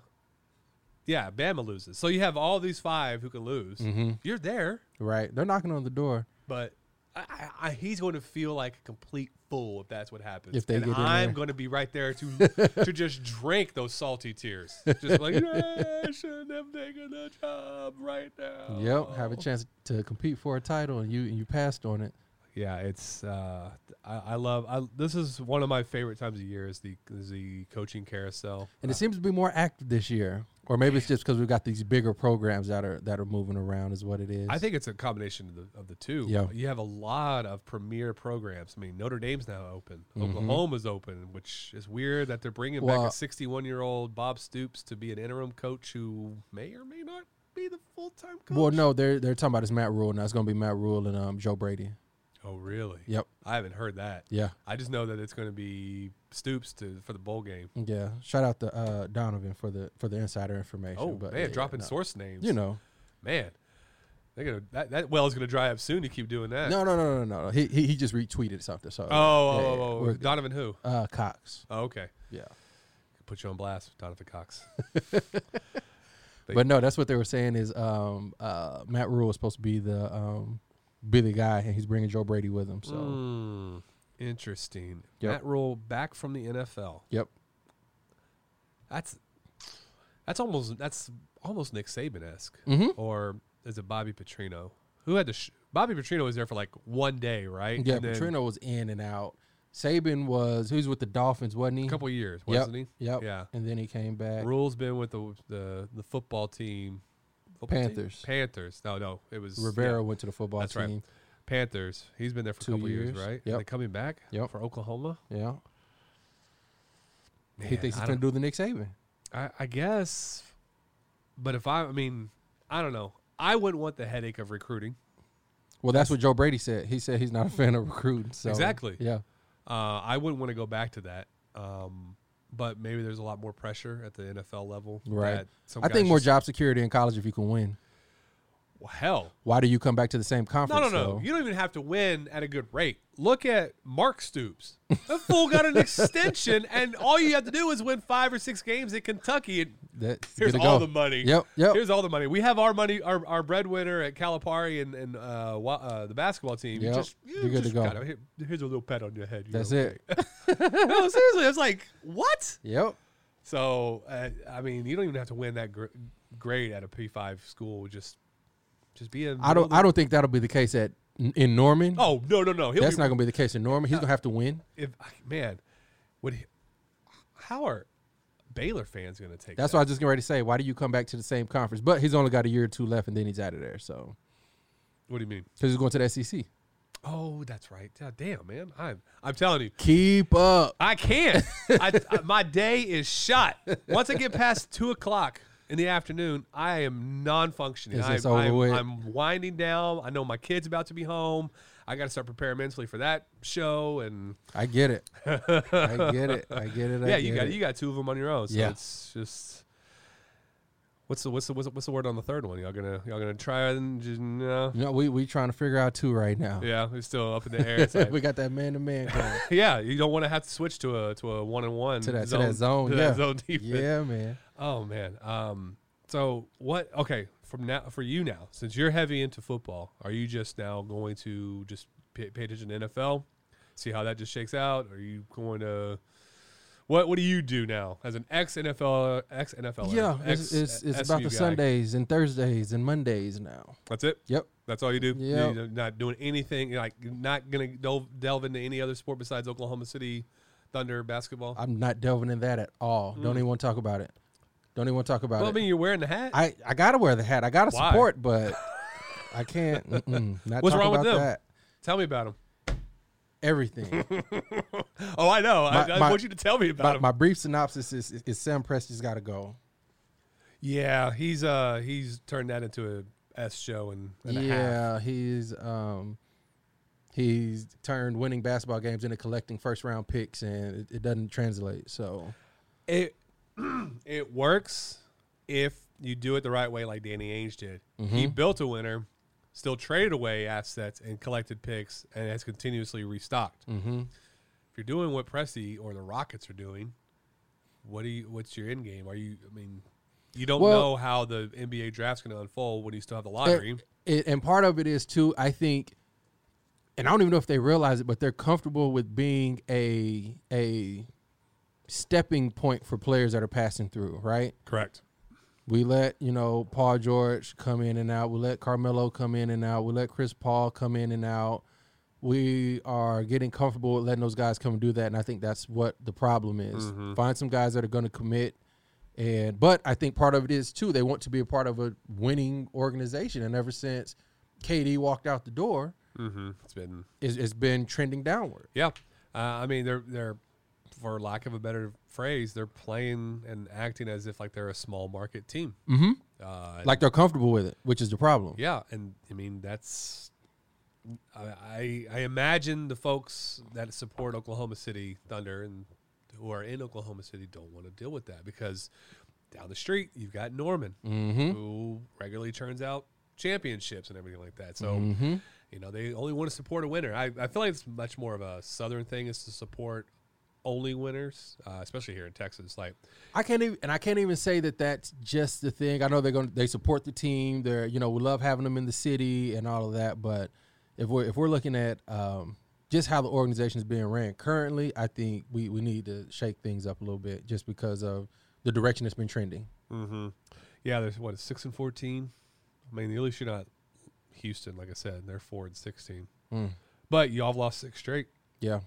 Speaker 3: yeah, Bama loses. So you have all these five who can lose.
Speaker 2: Mm-hmm.
Speaker 3: You're there,
Speaker 2: Right. They're knocking on the door.
Speaker 3: but I, I, I, he's going to feel like a complete fool if that's what happens.
Speaker 2: If they
Speaker 3: and
Speaker 2: get in
Speaker 3: I'm
Speaker 2: there.
Speaker 3: going to be right there
Speaker 2: [LAUGHS]
Speaker 3: to to just drink those salty tears, just like yeah, I shouldn't have taken the job right now.
Speaker 2: Yep. Have a chance to compete for a title and you and you passed on it.
Speaker 3: Yeah, it's uh, I, I love. I, this is one of my favorite times of year is the is the coaching carousel.
Speaker 2: And it seems to be more active this year. Or maybe it's just because we've got these bigger programs that are that are moving around is what it is.
Speaker 3: I think it's a combination of the of the two.
Speaker 2: Yeah.
Speaker 3: you have a lot of premier programs. I mean, Notre Dame's now open. Oklahoma's open, which is weird that they're bringing
Speaker 2: Mm-hmm. Well-
Speaker 3: back a 61 year old Bob Stoops to be an interim coach who may or may not be the full time coach.
Speaker 2: Well, no, they're they're talking about it's Matt Rule now. It's gonna be Matt Rule and um Joe Brady.
Speaker 3: Oh, really?
Speaker 2: Yep.
Speaker 3: I haven't heard that.
Speaker 2: Yeah.
Speaker 3: I just know that it's going to be Stoops to for the bowl game.
Speaker 2: Yeah. Shout out to uh Donovan for the for the insider information.
Speaker 3: Oh
Speaker 2: but
Speaker 3: man,
Speaker 2: yeah,
Speaker 3: dropping
Speaker 2: no.
Speaker 3: source names.
Speaker 2: You know.
Speaker 3: man, they're gonna that, that well is gonna dry up soon. You keep doing that.
Speaker 2: No, no, no, no, no. no. He he, he just retweeted something. So
Speaker 3: Oh, oh,
Speaker 2: yeah, yeah,
Speaker 3: oh, oh,
Speaker 2: we're good.
Speaker 3: Donovan who?
Speaker 2: uh Cox.
Speaker 3: Oh, okay.
Speaker 2: Yeah.
Speaker 3: Put you on blast, Donovan Cox. [LAUGHS]
Speaker 2: But no, that's what they were saying is um, uh, Matt Rule was supposed to be the um, be the guy, and he's bringing Joe Brady with him. So,
Speaker 3: Mm, interesting.
Speaker 2: Yep.
Speaker 3: Matt Rule back from the NFL.
Speaker 2: yep,
Speaker 3: That's that's almost that's almost Nick Saban esque,
Speaker 2: Mhm.
Speaker 3: or is it Bobby Petrino? Who had to? Sh- Bobby Petrino was there for like one day, right?
Speaker 2: yeah.
Speaker 3: And then
Speaker 2: Petrino was in and out. Saban was who's with the Dolphins, wasn't he?
Speaker 3: a couple years,
Speaker 2: Yep,
Speaker 3: wasn't he?
Speaker 2: Yep.
Speaker 3: Yeah.
Speaker 2: And then he came back.
Speaker 3: Rule's been with the the, the football team. Football team?
Speaker 2: Panthers.
Speaker 3: Panthers. No, no, it was
Speaker 2: Rivera
Speaker 3: yeah,
Speaker 2: went to the football
Speaker 3: that's
Speaker 2: team.
Speaker 3: right. Panthers. He's been there for
Speaker 2: Two
Speaker 3: a couple years,
Speaker 2: years.
Speaker 3: right?
Speaker 2: Yep.
Speaker 3: And then coming back
Speaker 2: Yep.
Speaker 3: for Oklahoma.
Speaker 2: Yeah. he
Speaker 3: Man,
Speaker 2: thinks
Speaker 3: I
Speaker 2: he's going
Speaker 3: don't-
Speaker 2: to do the Nick Saban.
Speaker 3: I, I guess, but if I, I mean, I don't know. I wouldn't want the headache of recruiting.
Speaker 2: Well, that's what Joe Brady said. He said he's not a fan of recruiting. So
Speaker 3: Exactly.
Speaker 2: Yeah.
Speaker 3: Uh, I wouldn't want to go back to that. Um, but maybe there's a lot more pressure at the NFL level.
Speaker 2: Right.
Speaker 3: that some
Speaker 2: I
Speaker 3: guys
Speaker 2: think more
Speaker 3: just-
Speaker 2: job security in college if you can win.
Speaker 3: Well, hell,
Speaker 2: Why do you come back to the same
Speaker 3: no,
Speaker 2: conference?
Speaker 3: no, no.
Speaker 2: though?
Speaker 3: You don't even have to win at a good rate. Look at Mark Stoops. That fool
Speaker 2: [LAUGHS]
Speaker 3: got an extension, and all you have to do is win five or six games at Kentucky. And [LAUGHS]
Speaker 2: That's
Speaker 3: here's
Speaker 2: good to
Speaker 3: all
Speaker 2: go.
Speaker 3: the money.
Speaker 2: Yep. Yep.
Speaker 3: Here's all the money. We have our money, our, our breadwinner at Calipari and, and uh, wa- uh, the basketball team. You
Speaker 2: Yep.
Speaker 3: Just, you
Speaker 2: You're good to
Speaker 3: just
Speaker 2: go.
Speaker 3: gotta- here- here's a little pat on your head. you
Speaker 2: that's
Speaker 3: know.
Speaker 2: it.
Speaker 3: [LAUGHS] No, seriously, it's like what?
Speaker 2: yep.
Speaker 3: So uh, I mean, you don't even have to win that gr- grade at a P five school. Just, just be a.
Speaker 2: I don't. I don't think that'll be the case at in Norman.
Speaker 3: Oh no, no, no. He'll
Speaker 2: that's
Speaker 3: be,
Speaker 2: not going to be the case in Norman. He's going to have to win.
Speaker 3: if man, would he, how are Baylor fans going to take?
Speaker 2: That's
Speaker 3: that?
Speaker 2: what I was just getting ready to say. Why do you come back to the same conference? But he's only got a year or two left, and then he's out of there. So
Speaker 3: What do you mean?
Speaker 2: because he's going to the E SEC.
Speaker 3: Oh, that's right. God, damn, man. I'm I'm telling you,
Speaker 2: Keep up.
Speaker 3: I can't. I, I- my day is shot. Once I get past two o'clock in the afternoon, I am non-functioning.
Speaker 2: It's
Speaker 3: I,
Speaker 2: just over
Speaker 3: I'm,
Speaker 2: with.
Speaker 3: I'm winding down. I know my kid's about to be home. I got to start preparing mentally for that show, and
Speaker 2: I get
Speaker 3: [LAUGHS]
Speaker 2: it. I get it. I get it. I
Speaker 3: yeah, you
Speaker 2: get
Speaker 3: got
Speaker 2: it.
Speaker 3: you got two of them on your own. So
Speaker 2: Yeah.
Speaker 3: it's just what's the what's the what's the, what's the word on the third one? Y'all gonna y'all gonna try and just, no.
Speaker 2: No, we we trying to figure out two right now. [LAUGHS]
Speaker 3: Yeah, it's still up in the air. It's like,
Speaker 2: we got that man to man going
Speaker 3: yeah, you don't want to have to switch to a to a one and one
Speaker 2: to that to that zone. yeah,
Speaker 3: zone [LAUGHS] defense.
Speaker 2: yeah, man.
Speaker 3: Oh man. Um. So what? Okay. From now, for you now, since you're heavy into football, are you just now going to just pay, pay attention to NFL, see how that just shakes out? Are you going to what? What do you do now as an ex NFL, ex NFL?
Speaker 2: Yeah, it's it's, it's about the Sundays and Thudays and Mondays now.
Speaker 3: That's it.
Speaker 2: Yep.
Speaker 3: That's all you do.
Speaker 2: Yeah.
Speaker 3: You're not doing anything. You're like you're not gonna delve, delve into any other sport besides Oklahoma City Thunder basketball.
Speaker 2: I'm not delving in that at all. Don't even want to talk about it. Don't even want to talk about
Speaker 3: Mm. well, I
Speaker 2: it.
Speaker 3: mean, you're wearing the hat.
Speaker 2: I, I gotta wear the hat. I gotta
Speaker 3: Why?
Speaker 2: support,
Speaker 3: [LAUGHS]
Speaker 2: but I can't. Mm-mm, not
Speaker 3: What's
Speaker 2: talk
Speaker 3: wrong with
Speaker 2: about
Speaker 3: them?
Speaker 2: that.
Speaker 3: Tell me about him. [LAUGHS]
Speaker 2: Everything.
Speaker 3: Oh, I know. I,
Speaker 2: My-
Speaker 3: I
Speaker 2: my-
Speaker 3: want you to tell me about
Speaker 2: my,
Speaker 3: him.
Speaker 2: my brief synopsis is, is, Sam Presti's got to go.
Speaker 3: Yeah, he's uh he's turned that into a S show and, and a half.
Speaker 2: yeah, he's um, he's turned winning basketball games into collecting first round picks, and it, it doesn't translate. So
Speaker 3: It [CLEARS THROAT] it works if you do it the right way, like Danny Ainge did.
Speaker 2: Mm-hmm.
Speaker 3: He built a winner, still traded away assets and collected picks, and has continuously restocked. Mm-hmm. If you're doing what Presti or the Rockets are doing, what do you? What's your end game? Are you? I mean, you don't
Speaker 2: Well- Eh,
Speaker 3: know how the NBA draft's going to unfold when you still have the lottery.
Speaker 2: It, it- and part of it is too. I think, and I don't even know if they realize it, but they're comfortable with being a a stepping point for players that are passing through. Right?
Speaker 3: Correct.
Speaker 2: We let you know Paul George come in and out. We let Carmelo come in and out. We let Chris Paul come in and out. We are getting comfortable with letting those guys come and do that, and I think that's what the problem is. Find some guys that are going to commit, and but I think part of it is too they want to be a part of a winning organization, and ever since KD walked out the door,
Speaker 3: Mm-hmm. It's been
Speaker 2: it's, it's been trending downward.
Speaker 3: Yeah, uh, I mean they're they're for lack of a better phrase, they're playing and acting as if like they're a small market team. Mm-hmm. Uh,
Speaker 2: Like they're comfortable with it, which is the problem.
Speaker 3: yeah, and I mean that's I, I I imagine the folks that support Oklahoma City Thunder and who are in Oklahoma City don't want to deal with that because down the street you've got Norman who regularly turns out championships and everything like that. So you know they only want to support a winner. I, I feel like it's much more of a southern thing is to support only winners, uh, especially here in Texas. Like
Speaker 2: I can't even, and I can't even say that that's just the thing. I know they're going, to they support the team. They're, you know, we love having them in the city and all of that, but if we're if we're looking at um, just how the organization is being ran currently, I think we we need to shake things up a little bit just because of the direction it's been trending.
Speaker 3: Mm-hmm. Yeah, there's what six and fourteen. I mean, at least you're not Houston, like I said. They're four and sixteen,
Speaker 2: Mm.
Speaker 3: but y'all have lost six straight.
Speaker 2: Yeah,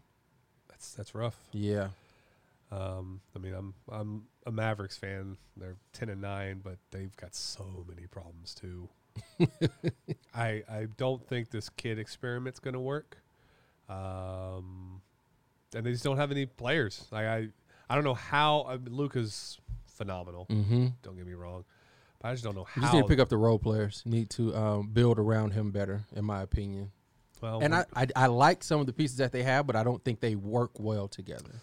Speaker 3: That's that's rough.
Speaker 2: yeah,
Speaker 3: Um, I mean, I'm I'm a Mavericks fan. They're ten and nine, but they've got so many
Speaker 2: [LAUGHS]
Speaker 3: problems too. I I don't think this kid experiment's going to work. Um, and they just don't have any players. Like I I don't know how I mean, Luca's phenomenal.
Speaker 2: mm-hmm.
Speaker 3: Don't get me wrong, but I just don't know
Speaker 2: You
Speaker 3: how.
Speaker 2: just need to pick up the role players. Need to um, build around him better, in my opinion.
Speaker 3: well,
Speaker 2: And
Speaker 3: we-
Speaker 2: I, I I like some of the pieces that they have, but I don't think they work well together.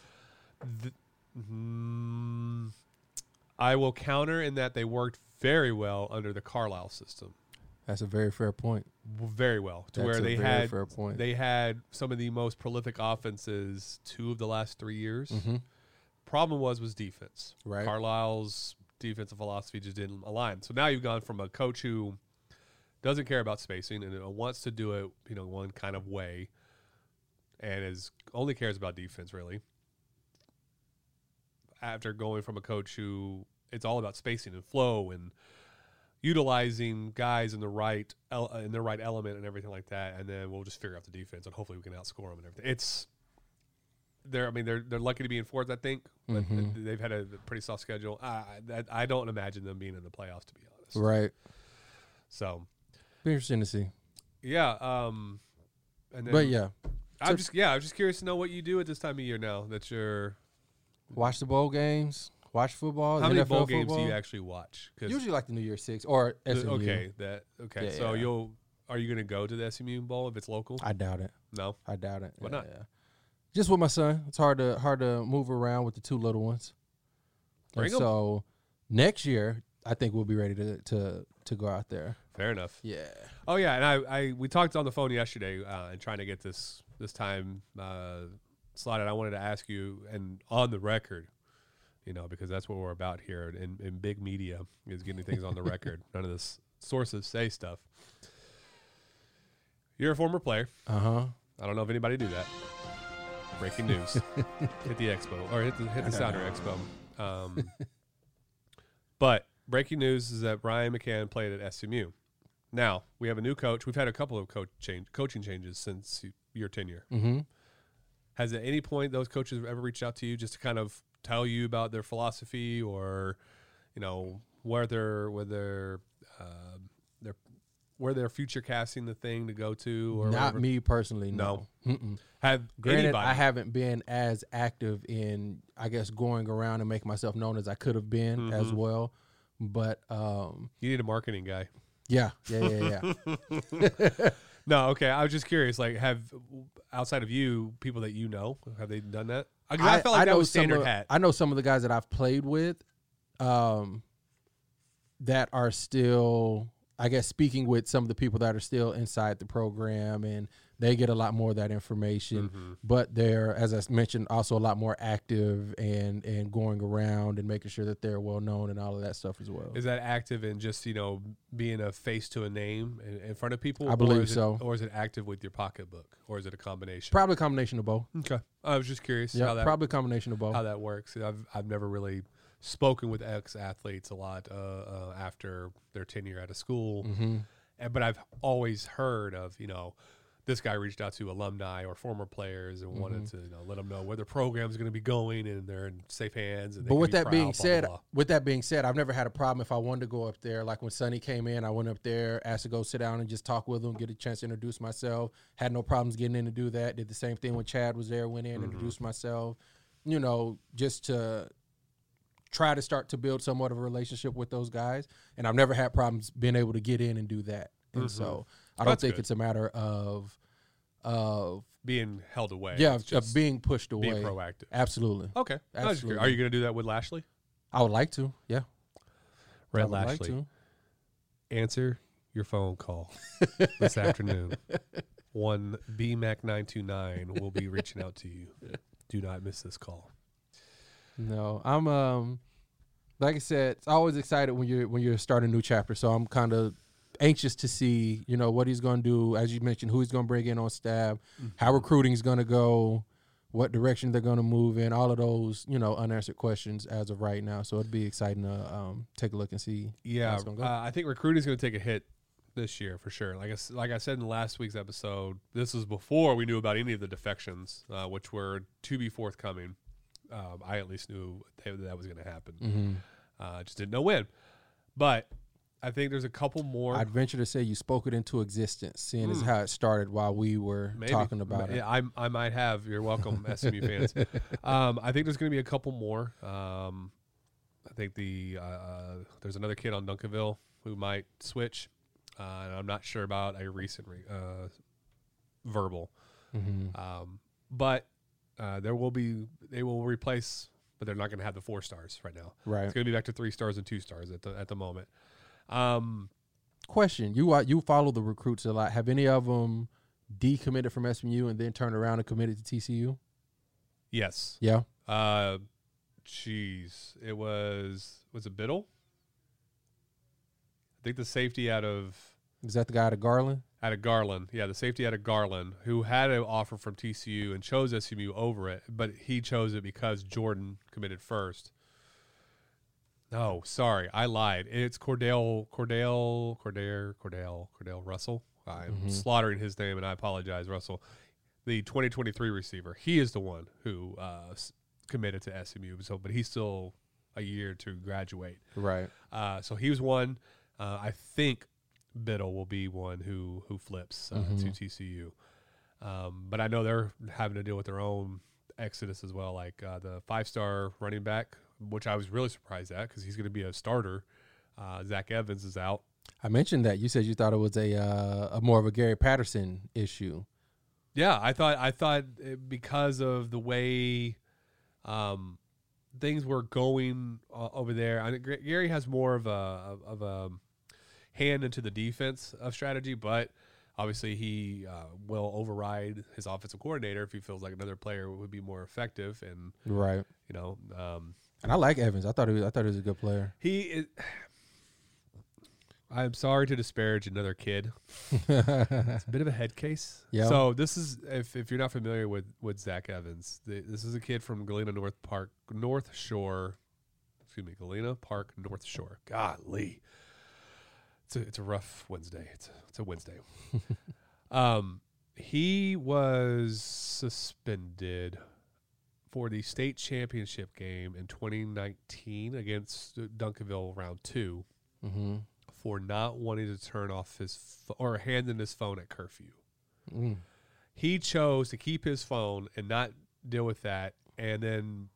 Speaker 3: th- mm, I will counter in that they worked very well under the Carlisle system.
Speaker 2: That's a very fair point.
Speaker 3: w- very well to
Speaker 2: That's
Speaker 3: where
Speaker 2: a
Speaker 3: they
Speaker 2: very
Speaker 3: had
Speaker 2: fair point.
Speaker 3: they had some of the most prolific offenses two of the last three years. Problem was was defense.
Speaker 2: Mm-hmm. Right.
Speaker 3: Carlisle's defensive philosophy just didn't align. So now you've gone from a coach who doesn't care about spacing and uh, wants to do it, you know, one kind of way, and is only cares about defense really. After going from a coach who it's all about spacing and flow and utilizing guys in the right el- uh, in the right element and everything like that, and then we'll just figure out the defense and hopefully we can outscore them and everything. It's they're I mean they're they're lucky to be in fourth I think, but th-
Speaker 2: Mm-hmm.
Speaker 3: they've had a pretty soft schedule. I, I that- I don't imagine them being in the playoffs to be honest.
Speaker 2: Right.
Speaker 3: So
Speaker 2: Be interesting to see.
Speaker 3: yeah, um, and then
Speaker 2: But yeah,
Speaker 3: I'm just yeah I'm just curious to know what you do at this time of year now that you're
Speaker 2: watch the bowl games. Watch football.
Speaker 3: how many
Speaker 2: NFL
Speaker 3: bowl games do
Speaker 2: football.
Speaker 3: you actually watch? 'Cause
Speaker 2: Usually like the New Year Six or
Speaker 3: the-
Speaker 2: SMU.
Speaker 3: okay that okay
Speaker 2: Yeah,
Speaker 3: so
Speaker 2: yeah.
Speaker 3: you'll are you going to go to the SMU bowl if it's local?
Speaker 2: I doubt it.
Speaker 3: no.
Speaker 2: I doubt it.
Speaker 3: Why
Speaker 2: yeah,
Speaker 3: not?
Speaker 2: yeah. Just with my son, it's hard to hard to move around with the two little ones.
Speaker 3: Bring 'em.
Speaker 2: and so next year, I think we'll be ready to to to go out there.
Speaker 3: Fair enough.
Speaker 2: Yeah.
Speaker 3: Oh yeah, and I, I we talked on the phone yesterday uh, and trying to get this this time uh, slotted. I wanted to ask you and on the record, you know, because that's what we're about here in, in big media is getting
Speaker 2: [LAUGHS]
Speaker 3: things on the record. None of this sources say stuff. You're a former player.
Speaker 2: Uh huh.
Speaker 3: I don't know if anybody knew that.
Speaker 2: [LAUGHS]
Speaker 3: Breaking news. hit the expo or hit the, hit the Sounder Expo.
Speaker 2: [LAUGHS]
Speaker 3: Um, but breaking news is that Ryan McCann played at SMU. Now we have a new coach. We've had a couple of coach change, coaching changes since y- your tenure.
Speaker 2: Mm-hmm.
Speaker 3: Has at any point those coaches ever reached out to you just to kind of tell you about their philosophy or, you know, where their where their um their where their future casting the thing to go to or
Speaker 2: Not
Speaker 3: whatever?
Speaker 2: me personally.
Speaker 3: No.
Speaker 2: No. Mm-mm.
Speaker 3: Have
Speaker 2: Granted,
Speaker 3: anybody?
Speaker 2: I haven't been as active in, I guess, going around and making myself known as I could have been as
Speaker 3: Mm-hmm.
Speaker 2: well. But um,
Speaker 3: you need a marketing guy.
Speaker 2: yeah, yeah, yeah, yeah.
Speaker 3: No, okay. I was just curious. Like, have outside of you people that you know have they done that? I, 'cause I felt like that
Speaker 2: know
Speaker 3: was
Speaker 2: some
Speaker 3: standard
Speaker 2: of-
Speaker 3: hat.
Speaker 2: I know some of the guys that I've played with, um, that are still, I guess, speaking with some of the people that are still inside the program, and they get a lot more of that information.
Speaker 3: Mm-hmm.
Speaker 2: But they're, as I s- mentioned, also a lot more active and and going around and making sure that they're well known and all of that stuff as well.
Speaker 3: Is that active in just you know being a face to a name in, in front of people?
Speaker 2: I
Speaker 3: Or
Speaker 2: believe
Speaker 3: is it-
Speaker 2: so.
Speaker 3: or is it active with your pocketbook, or is it a combination?
Speaker 2: Probably a combination of both.
Speaker 3: okay, I was just curious how
Speaker 2: Yeah,
Speaker 3: that
Speaker 2: probably a combination of both.
Speaker 3: how that works. I've I've never really spoken with ex athletes a lot uh, uh, after their tenure at a school,
Speaker 2: Mm-hmm.
Speaker 3: and, but I've always heard of you know this guy reached out to alumni or former players and wanted
Speaker 2: Mm-hmm.
Speaker 3: to you know, let them know where their program is going to be going and they're in safe hands. And they
Speaker 2: But
Speaker 3: can
Speaker 2: with
Speaker 3: be
Speaker 2: that
Speaker 3: proud,
Speaker 2: being
Speaker 3: blah, blah,
Speaker 2: said,
Speaker 3: blah.
Speaker 2: with that being said, I've never had a problem if I wanted to go up there. Like when Sonny came in, I went up there, asked to go sit down and just talk with him, get a chance to introduce myself. Had no problems getting in to do that. Did the same thing when Chad was there, went in,
Speaker 3: Mm-hmm.
Speaker 2: introduced myself. You know, just to try to start to build somewhat of a relationship with those guys. And I've never had problems being able to get in and do that. And so I don't
Speaker 3: Mm-hmm. That's
Speaker 2: think
Speaker 3: good.
Speaker 2: it's a matter of of
Speaker 3: being held away,
Speaker 2: yeah
Speaker 3: it's
Speaker 2: of,
Speaker 3: just
Speaker 2: of being pushed away.
Speaker 3: being proactive. Oh.
Speaker 2: Absolutely,
Speaker 3: Okay, I was just curious. are you going to do that with Lashley?
Speaker 2: I would like to. Yeah, I
Speaker 3: Red
Speaker 2: would like
Speaker 3: Lashley,
Speaker 2: to.
Speaker 3: answer your phone [LAUGHS] call this afternoon. One BMAC929 will be reaching out to you. Do not miss this call.
Speaker 2: No, I'm um like I said, it's always excited when you're when you're starting a new chapter. So I'm kind of anxious to see, you know, what he's going to do. As you mentioned, who he's going to bring in on staff, how
Speaker 3: Mm-hmm.
Speaker 2: recruiting's going to go, what direction they're going to move in, all of those, you know, unanswered questions as of right now. So it'd be exciting to um, take a look and see. how
Speaker 3: Yeah,
Speaker 2: it's gonna go.
Speaker 3: uh, I think recruiting's going to take a hit this year for sure. Like I, s- like I said in last week's episode, this was before we knew about any of the defections, uh, which were to be forthcoming. Um, I at least knew that that was going to happen.
Speaker 2: Mm-hmm.
Speaker 3: Uh, just didn't know when. But I think there's a couple more.
Speaker 2: I'd venture to say you spoke it into existence, seeing as how it started while we were
Speaker 3: Hmm. Maybe.
Speaker 2: talking about
Speaker 3: Ma-
Speaker 2: it.
Speaker 3: yeah, I'm- I, might have.
Speaker 2: [LAUGHS]
Speaker 3: You're welcome, SMU fans. Um, I think there's going to be a couple more. Um, I think the uh, uh, there's another kid on Duncanville who might switch, uh, and I'm not sure about a recent re- uh, verbal.
Speaker 2: Mm-hmm.
Speaker 3: Um, but uh, there will be they will replace, but they're not going to have the four stars right now.
Speaker 2: Right.
Speaker 3: It's going to be back to three stars and two stars at the at the moment. Um,
Speaker 2: Question: You are, you follow the recruits a lot. Have any of them decommitted from SMU and then turned around and committed to TCU?
Speaker 3: yes.
Speaker 2: Yeah.
Speaker 3: Uh, jeez, it was was it Biddle? I think the safety out of
Speaker 2: Is that the guy to Garland?
Speaker 3: out of Garland, yeah, the safety out of Garland, who had an offer from TCU and chose SMU over it, but he chose it because Jordan committed first. No, sorry, I lied. It's Cordell, Cordell, Cordell, Cordell, Cordell Russell. I'm slaughtering his name, and I apologize, Russell. The 2023 receiver, he is the one who uh, s- committed to SMU. So, but he's still a year to graduate.
Speaker 2: Right.
Speaker 3: Uh, so he was one. Uh, I think Biddle will be one who who flips uh, to TCU. Um, but I know they're having to deal with their own exodus as well, like uh, the five star running back, which I was really surprised at because he's going to be a starter. Uh, Zach Evans is out.
Speaker 2: I mentioned that you said you thought it was a, uh, a more of a Gary Patterson issue.
Speaker 3: Yeah, I thought I thought it- because of the way um, things were going uh, over there. I think Gr- Gary has more of a of a hand into the defense of strategy, but obviously he uh, will override his offensive coordinator if he feels like another player would be more effective. And
Speaker 2: Right.
Speaker 3: you know, um,
Speaker 2: And I like Evans. I thought he was, I thought he was a good [LAUGHS] player.
Speaker 3: he is. [SIGHS] I'm sorry to disparage another kid.
Speaker 2: Mm-hmm.
Speaker 3: it's a bit of a head case.
Speaker 2: Yeah.
Speaker 3: So this is if, if you're not familiar with with Zach Evans, th- this is a kid from Galena North Park, North Shore. Excuse me, Galena Park, North Shore. Golly, it's a it's a rough Wednesday. It's a, it's a Wednesday. um, he was suspended for the state championship game in 2019 against uh, Duncanville round two
Speaker 2: Mm-hmm.
Speaker 3: for not wanting to turn off his ph or hand in his phone at curfew.
Speaker 2: Mm.
Speaker 3: He chose to keep his phone and not deal with that, and then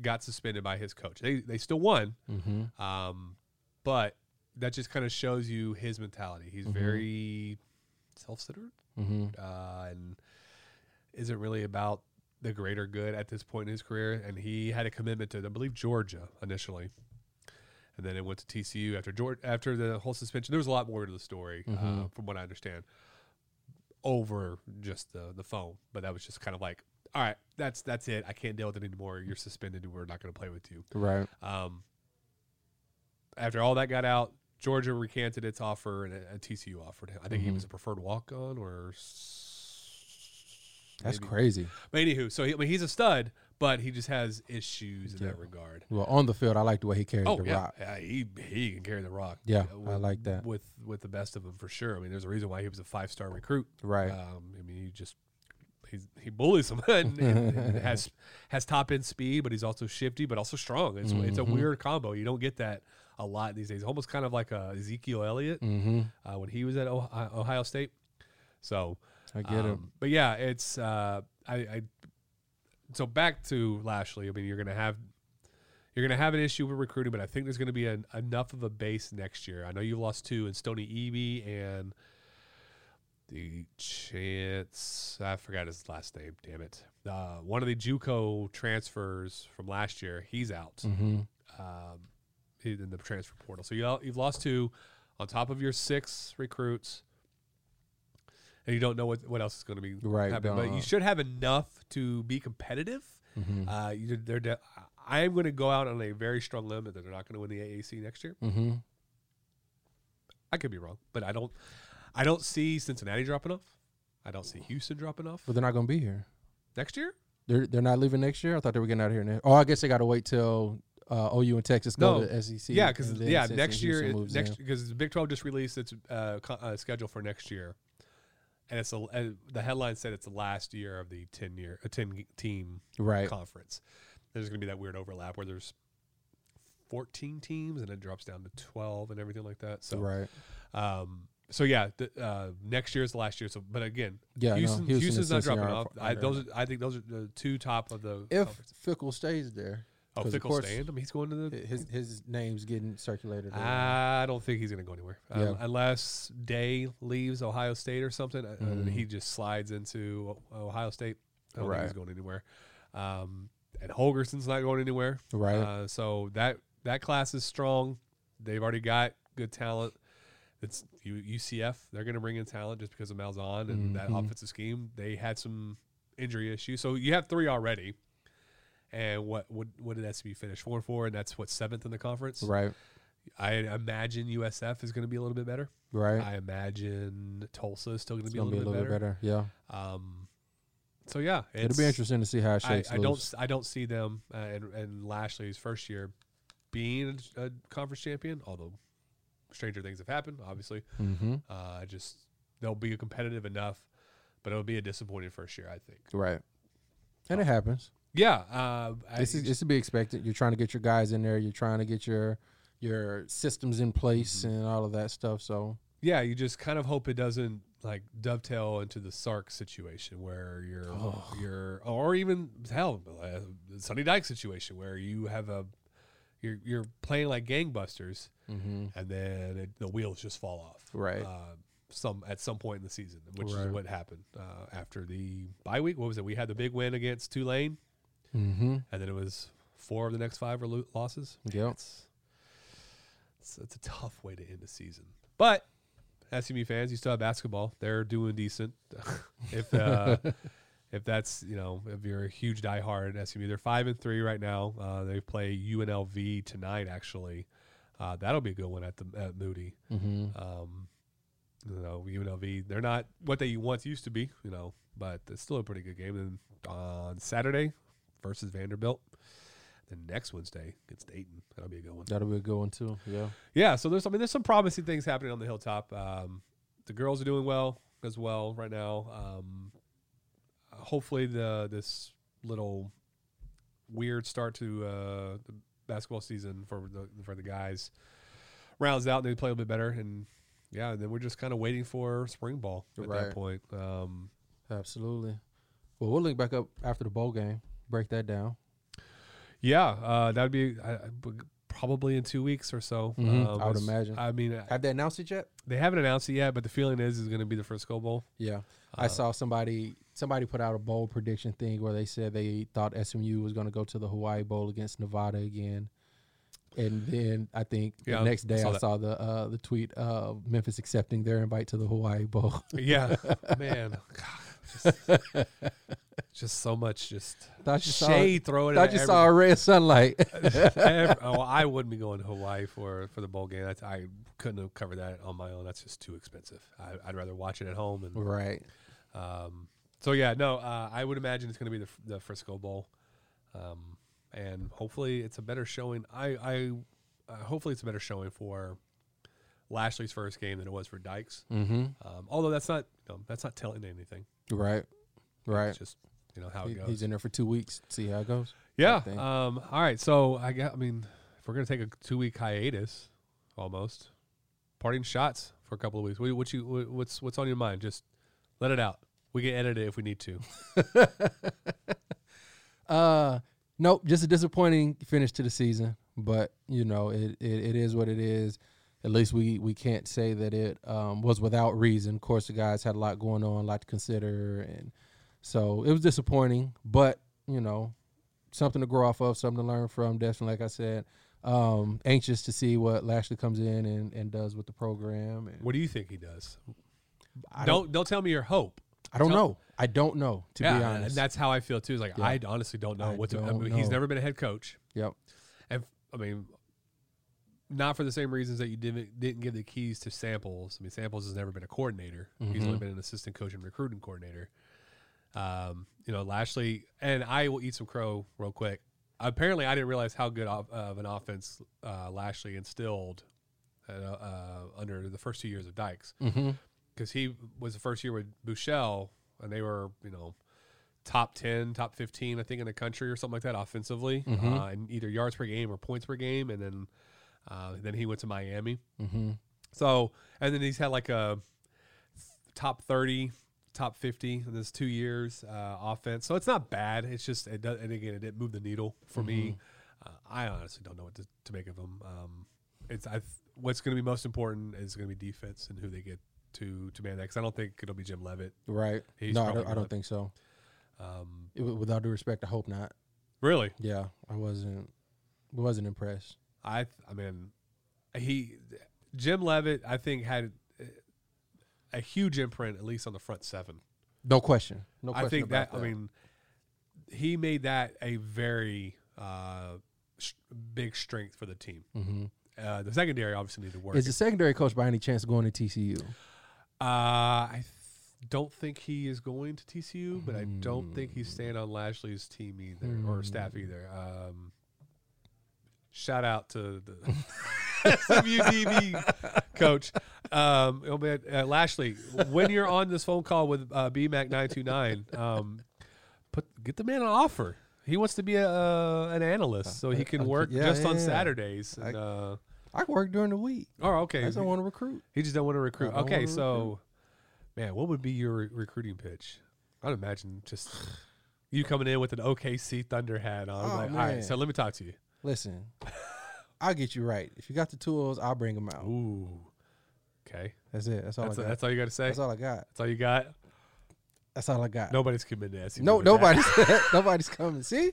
Speaker 3: got suspended by his coach. They they still won,
Speaker 2: Mm-hmm.
Speaker 3: um, but that just kind of shows you his mentality. He's very self-centered
Speaker 2: Mm-hmm.
Speaker 3: uh, and isn't really about the greater good at this point in his career. And he had a commitment to, I believe, Georgia initially, and then it went to TCU after Georgia, after the whole suspension. There was a lot more to the story, uh, from what I understand, over just the the phone. But that was just kind of like, all right, that's that's it. I can't deal with it anymore. You're suspended. and We're not going to play with you.
Speaker 2: Right.
Speaker 3: Um, after all that got out, Georgia recanted its offer and a, a TCU offered him. I think he
Speaker 2: Mm-hmm.
Speaker 3: was a preferred walk on or. s-
Speaker 2: That's
Speaker 3: maybe.
Speaker 2: crazy.
Speaker 3: But anywho, so he, I mean, he's a stud, but he just has issues in that regard.
Speaker 2: Well, on the field, I like the way he carried
Speaker 3: Oh
Speaker 2: the
Speaker 3: yeah,
Speaker 2: rock.
Speaker 3: yeah, he he can carry the rock.
Speaker 2: Yeah,
Speaker 3: uh,
Speaker 2: I like that.
Speaker 3: with with the best of them for sure. I mean, there's a reason why he was a five star recruit.
Speaker 2: Right.
Speaker 3: Um, I mean, he just he's, he bullies him [LAUGHS] and, and- and has has top end speed, but he's also shifty, but also strong. It's it's a weird combo. You don't get that a lot these days. Almost kind of like a Ezekiel Elliott
Speaker 2: Mm. mm-hmm.
Speaker 3: uh, when he was at Ohio, Ohio State. So
Speaker 2: I get him.
Speaker 3: Um, but yeah, it's uh, I, I. So back to Lashley. I mean, you're gonna have you're gonna have an issue with recruiting, but I think there's gonna be an, enough of a base next year. I know you lost two in Stony Eby and the chance I forgot his last name. Damn it! Uh, one of the JUCO transfers from last year, he's out
Speaker 2: Mm-hmm.
Speaker 3: um, in the transfer portal. So you, you've lost two on top of your six recruits, and you don't know what, what else is going to be
Speaker 2: Right,
Speaker 3: happening. But
Speaker 2: uh-huh.
Speaker 3: you should have enough to be competitive. Uh, you, they're de- I am going to go out on a very strong limb that they're not going to win the AAC next year.
Speaker 2: Mm-hmm.
Speaker 3: I could be wrong, but I don't. I don't see Cincinnati dropping off. I don't see Houston dropping off
Speaker 2: But they're not going to be here.
Speaker 3: next year.
Speaker 2: They're they're not leaving next year. I thought they were getting out of here. Next. Oh, I guess they got to wait till uh, OU and Texas go
Speaker 3: No.
Speaker 2: to SEC.
Speaker 3: yeah, because
Speaker 2: and then
Speaker 3: yeah,
Speaker 2: SEC
Speaker 3: next year,
Speaker 2: Houston
Speaker 3: it-
Speaker 2: moves
Speaker 3: next
Speaker 2: in.
Speaker 3: because the Big Twelve just released its uh, co- uh, schedule for next year, and it's a, uh, the headline said it's the last year of the ten year a ten team
Speaker 2: right.
Speaker 3: conference. There's going to be that weird overlap where there's 14 teams and it drops down to 12 and everything like that. So,
Speaker 2: right.
Speaker 3: um, so yeah, the, uh, next year is the last year. So, but again,
Speaker 2: Yeah, no,
Speaker 3: Houston,
Speaker 2: Houston
Speaker 3: Houston's
Speaker 2: and
Speaker 3: not dropping
Speaker 2: Cincinnati
Speaker 3: off.
Speaker 2: are-
Speaker 3: I,
Speaker 2: are-
Speaker 3: those, are- I think those are the two top of the.
Speaker 2: If
Speaker 3: conference.
Speaker 2: Fickle stays there,
Speaker 3: oh,
Speaker 2: 'cause of
Speaker 3: Fickle
Speaker 2: course-
Speaker 3: staying, I mean, he's going to the.
Speaker 2: his his name's getting circulated. around.
Speaker 3: I don't think he's going to go anywhere um,
Speaker 2: Yeah.
Speaker 3: unless Day leaves Ohio State or something. uh,
Speaker 2: Mm-hmm.
Speaker 3: and he just slides into O- Ohio State. I don't think he's
Speaker 2: Right.
Speaker 3: going anywhere. Um, and Holgerson's not going anywhere.
Speaker 2: Right.
Speaker 3: Uh, so that that class is strong. They've already got good talent. It's U- UCF. They're going to bring in talent just because of Malzahn
Speaker 2: Mm-hmm.
Speaker 3: and that offensive scheme. They had some injury issues, so you have three already. And what what what did SB finish four and four? And that's what seventh in the conference.
Speaker 2: right.
Speaker 3: I imagine USF is going to be a little bit better.
Speaker 2: Right.
Speaker 3: I imagine Tulsa is still going to
Speaker 2: it's
Speaker 3: be a
Speaker 2: gonna
Speaker 3: little, bit, better.
Speaker 2: Yeah,
Speaker 3: Um, so yeah,
Speaker 2: it'll
Speaker 3: it's-
Speaker 2: be interesting to see how it
Speaker 3: I,
Speaker 2: shakes
Speaker 3: I
Speaker 2: loose.
Speaker 3: don't s- I don't see them uh, and and Lashley's first year being a, a conference champion. Although stranger things have happened, obviously.
Speaker 2: Mhm.
Speaker 3: Uh, I just they'll be competitive enough, but it'll be a disappointing first year, I think.
Speaker 2: Right. And it happens.
Speaker 3: Yeah, uh, Oh. I-
Speaker 2: This is it's to be expected. You're trying to get your guys in there. You're trying to get your your systems in
Speaker 3: Mm-hmm.
Speaker 2: place and all of that stuff. So
Speaker 3: yeah, you just kind of hope it doesn't like dovetail into the Sark situation where you're
Speaker 2: Oh.
Speaker 3: you're or even hell uh, Sonny Dyke situation where you have a you're you're playing like gangbusters and then it, the wheels just fall off
Speaker 2: Mm-hmm. Right.
Speaker 3: uh, some at some point in the season which
Speaker 2: Right.
Speaker 3: is what happened uh, after the bye week what was it we had the big win against Tulane
Speaker 2: mm-hmm.
Speaker 3: and then it was four of the next five were lo- losses
Speaker 2: Yep.
Speaker 3: it's, it's it's a tough way to end a season. But SMU fans, you still have basketball. They're doing decent. [LAUGHS] if uh, if that's you know if you're a huge diehard in SMU, they're five and three right now. Uh, they play UNLV tonight. Actually, uh, that'll be a good one at the at Moody. Um, you know UNLV, they're not what they once used to be. You know, but it's still a pretty good game. And on Saturday versus Vanderbilt. The next Wednesday against Dayton, that'll be a good one.
Speaker 2: That'll be a good one too. Yeah.
Speaker 3: Yeah, so there's I mean there's some promising things happening on the hilltop. Um, the girls are doing well as well right now. Um, hopefully the this little weird start to uh, the basketball season for the for the guys rounds out and they play a little bit better and yeah, and then we're just kind of waiting for spring ball at
Speaker 2: Right.
Speaker 3: that point. Um,
Speaker 2: Absolutely. Well, we'll link back up after the bowl game. Break that down.
Speaker 3: yeah, uh, that'd be I, I- probably in two weeks or so. Um,
Speaker 2: Mhm, I would
Speaker 3: it's-
Speaker 2: imagine.
Speaker 3: I mean, I-
Speaker 2: Have they announced it yet?
Speaker 3: they haven't announced it yet, but the feeling is is going to be the Frisco Bowl.
Speaker 2: Yeah.
Speaker 3: Uh,
Speaker 2: I saw somebody somebody put out a bold prediction thing where they said they thought SMU was going to go to the Hawaii Bowl against Nevada again. And then I think
Speaker 3: Yeah, I
Speaker 2: the next day
Speaker 3: saw
Speaker 2: I
Speaker 3: that.
Speaker 2: saw the uh, the tweet of Memphis accepting their invite to the Hawaii Bowl. [LAUGHS]
Speaker 3: Yeah, man. God, just, just so much. Just
Speaker 2: Thought you saw-
Speaker 3: shade throwing.
Speaker 2: I
Speaker 3: at
Speaker 2: just saw a red sunlight.
Speaker 3: [LAUGHS] every- ev- oh, I wouldn't be going to Hawaii for for the bowl game. That's, I couldn't have covered that on my own. That's just too expensive. I, I'd rather watch it at home. And
Speaker 2: right.
Speaker 3: um, so yeah, no. Uh, I would imagine it's going to be the the Frisco Bowl, um, and hopefully it's a better showing. I I uh, hopefully it's a better showing for. Lashley's first game than it was for Dykes.
Speaker 2: Mm-hmm.
Speaker 3: Um, although that's not you know, that's not telling anything.
Speaker 2: Right. Right.
Speaker 3: It's just you know how it
Speaker 2: He-
Speaker 3: goes.
Speaker 2: he's in there for two weeks. See how it goes.
Speaker 3: yeah.
Speaker 2: thing.
Speaker 3: Um. All right. So I got. I mean, if we're gonna take a two week hiatus, almost parting shots for a couple of weeks. What, what you what- what's what's on your mind? Just let it out. We can edit it if we need to.
Speaker 2: Uh, nope. Just a disappointing finish to the season, but you know it, it, it is what it is. At least we we can't say that it um, was without reason. Of course, the guys had a lot going on, a lot to consider, and so it was disappointing. But you know, something to grow off of, something to learn from. Definitely, like I said, um, anxious to see what Lashley comes in and, and does with the program. And
Speaker 3: What do you think he does?
Speaker 2: I
Speaker 3: don't, don't tell me your hope.
Speaker 2: I don't
Speaker 3: tell-
Speaker 2: know. I don't know to be honest.
Speaker 3: and that's how I feel too. Is like
Speaker 2: Yeah.
Speaker 3: I honestly don't know
Speaker 2: I
Speaker 3: what to. I
Speaker 2: don't
Speaker 3: mean, He's
Speaker 2: know.
Speaker 3: never been a head coach.
Speaker 2: yep.
Speaker 3: And f- I mean, not for the same reasons that you didn't didn't give the keys to Samples. I mean, Samples has never been a coordinator. He's only been an assistant coach and recruiting coordinator. Um, you know, Lashley and I will eat some crow real quick. Apparently, I didn't realize how good of, of an offense uh, Lashley instilled uh, uh, under the first two years of Dykes, because he was the first year with Bouchel, and they were you know top 10, top 15, I think, in the country or something like that offensively, uh, in either yards per game or points per game. And then uh, then he went to Miami. So, and then he's had like a top 30, top 50 in this two years uh, offense. So it's not bad. It's just, it does, and again, it didn't move the needle for me. Uh, I honestly don't know what to, to make of him. Um, it's I. What's going to be most important is going to be defense and who they get to to man that. 'cause I don't think it'll be Jim Levitt.
Speaker 2: Right.
Speaker 3: He's
Speaker 2: no, I
Speaker 3: probably
Speaker 2: don't, I
Speaker 3: not.
Speaker 2: don't think so.
Speaker 3: Um,
Speaker 2: It- without due respect, I hope not.
Speaker 3: really,
Speaker 2: Yeah, I wasn't wasn't impressed.
Speaker 3: I th- I mean, he Jim Levitt I think had uh, a huge imprint at least on the front seven.
Speaker 2: No question. No question.
Speaker 3: I think
Speaker 2: about
Speaker 3: that, I mean he made that a very uh, sh- big strength for the team.
Speaker 2: Mhm.
Speaker 3: Uh, the secondary obviously needed work.
Speaker 2: is the secondary coach by any chance going to TCU?
Speaker 3: uh, I th- don't think he is going to TCU, but I don't think
Speaker 2: Hmm.
Speaker 3: he's staying on Lashley's team either or staff either. Um, shout out to
Speaker 2: [LAUGHS]
Speaker 3: the. SWDB coach. Um, oh man, uh, Lashley, when you're on this phone call with uh, BMAC929, um, put get the man an offer. He wants to be a, uh, an analyst, so he can
Speaker 2: okay.
Speaker 3: work
Speaker 2: Yeah,
Speaker 3: just
Speaker 2: yeah,
Speaker 3: on
Speaker 2: yeah.
Speaker 3: Saturdays. And, uh,
Speaker 2: I can work during the week.
Speaker 3: oh, okay.
Speaker 2: I just don't want to recruit.
Speaker 3: He just don't want to recruit.
Speaker 2: don't wanna
Speaker 3: Okay,
Speaker 2: recruit.
Speaker 3: so man, what would be your re- recruiting pitch? I'd imagine just you coming in with an OKC Thunder hat on.
Speaker 2: Oh,
Speaker 3: like, all right,
Speaker 2: man.
Speaker 3: so let me talk to you. [LAUGHS]
Speaker 2: Listen, I'll get you right. If you got the tools, I'll bring them out.
Speaker 3: Ooh, okay.
Speaker 2: That's it. That's all
Speaker 3: That's,
Speaker 2: I got.
Speaker 3: that's all you got to say.
Speaker 2: That's all I got.
Speaker 3: that's all you got.
Speaker 2: That's all I got.
Speaker 3: Nobody's committed to SEC.
Speaker 2: No,
Speaker 3: with that. [LAUGHS]
Speaker 2: nobody's nobody's coming. See,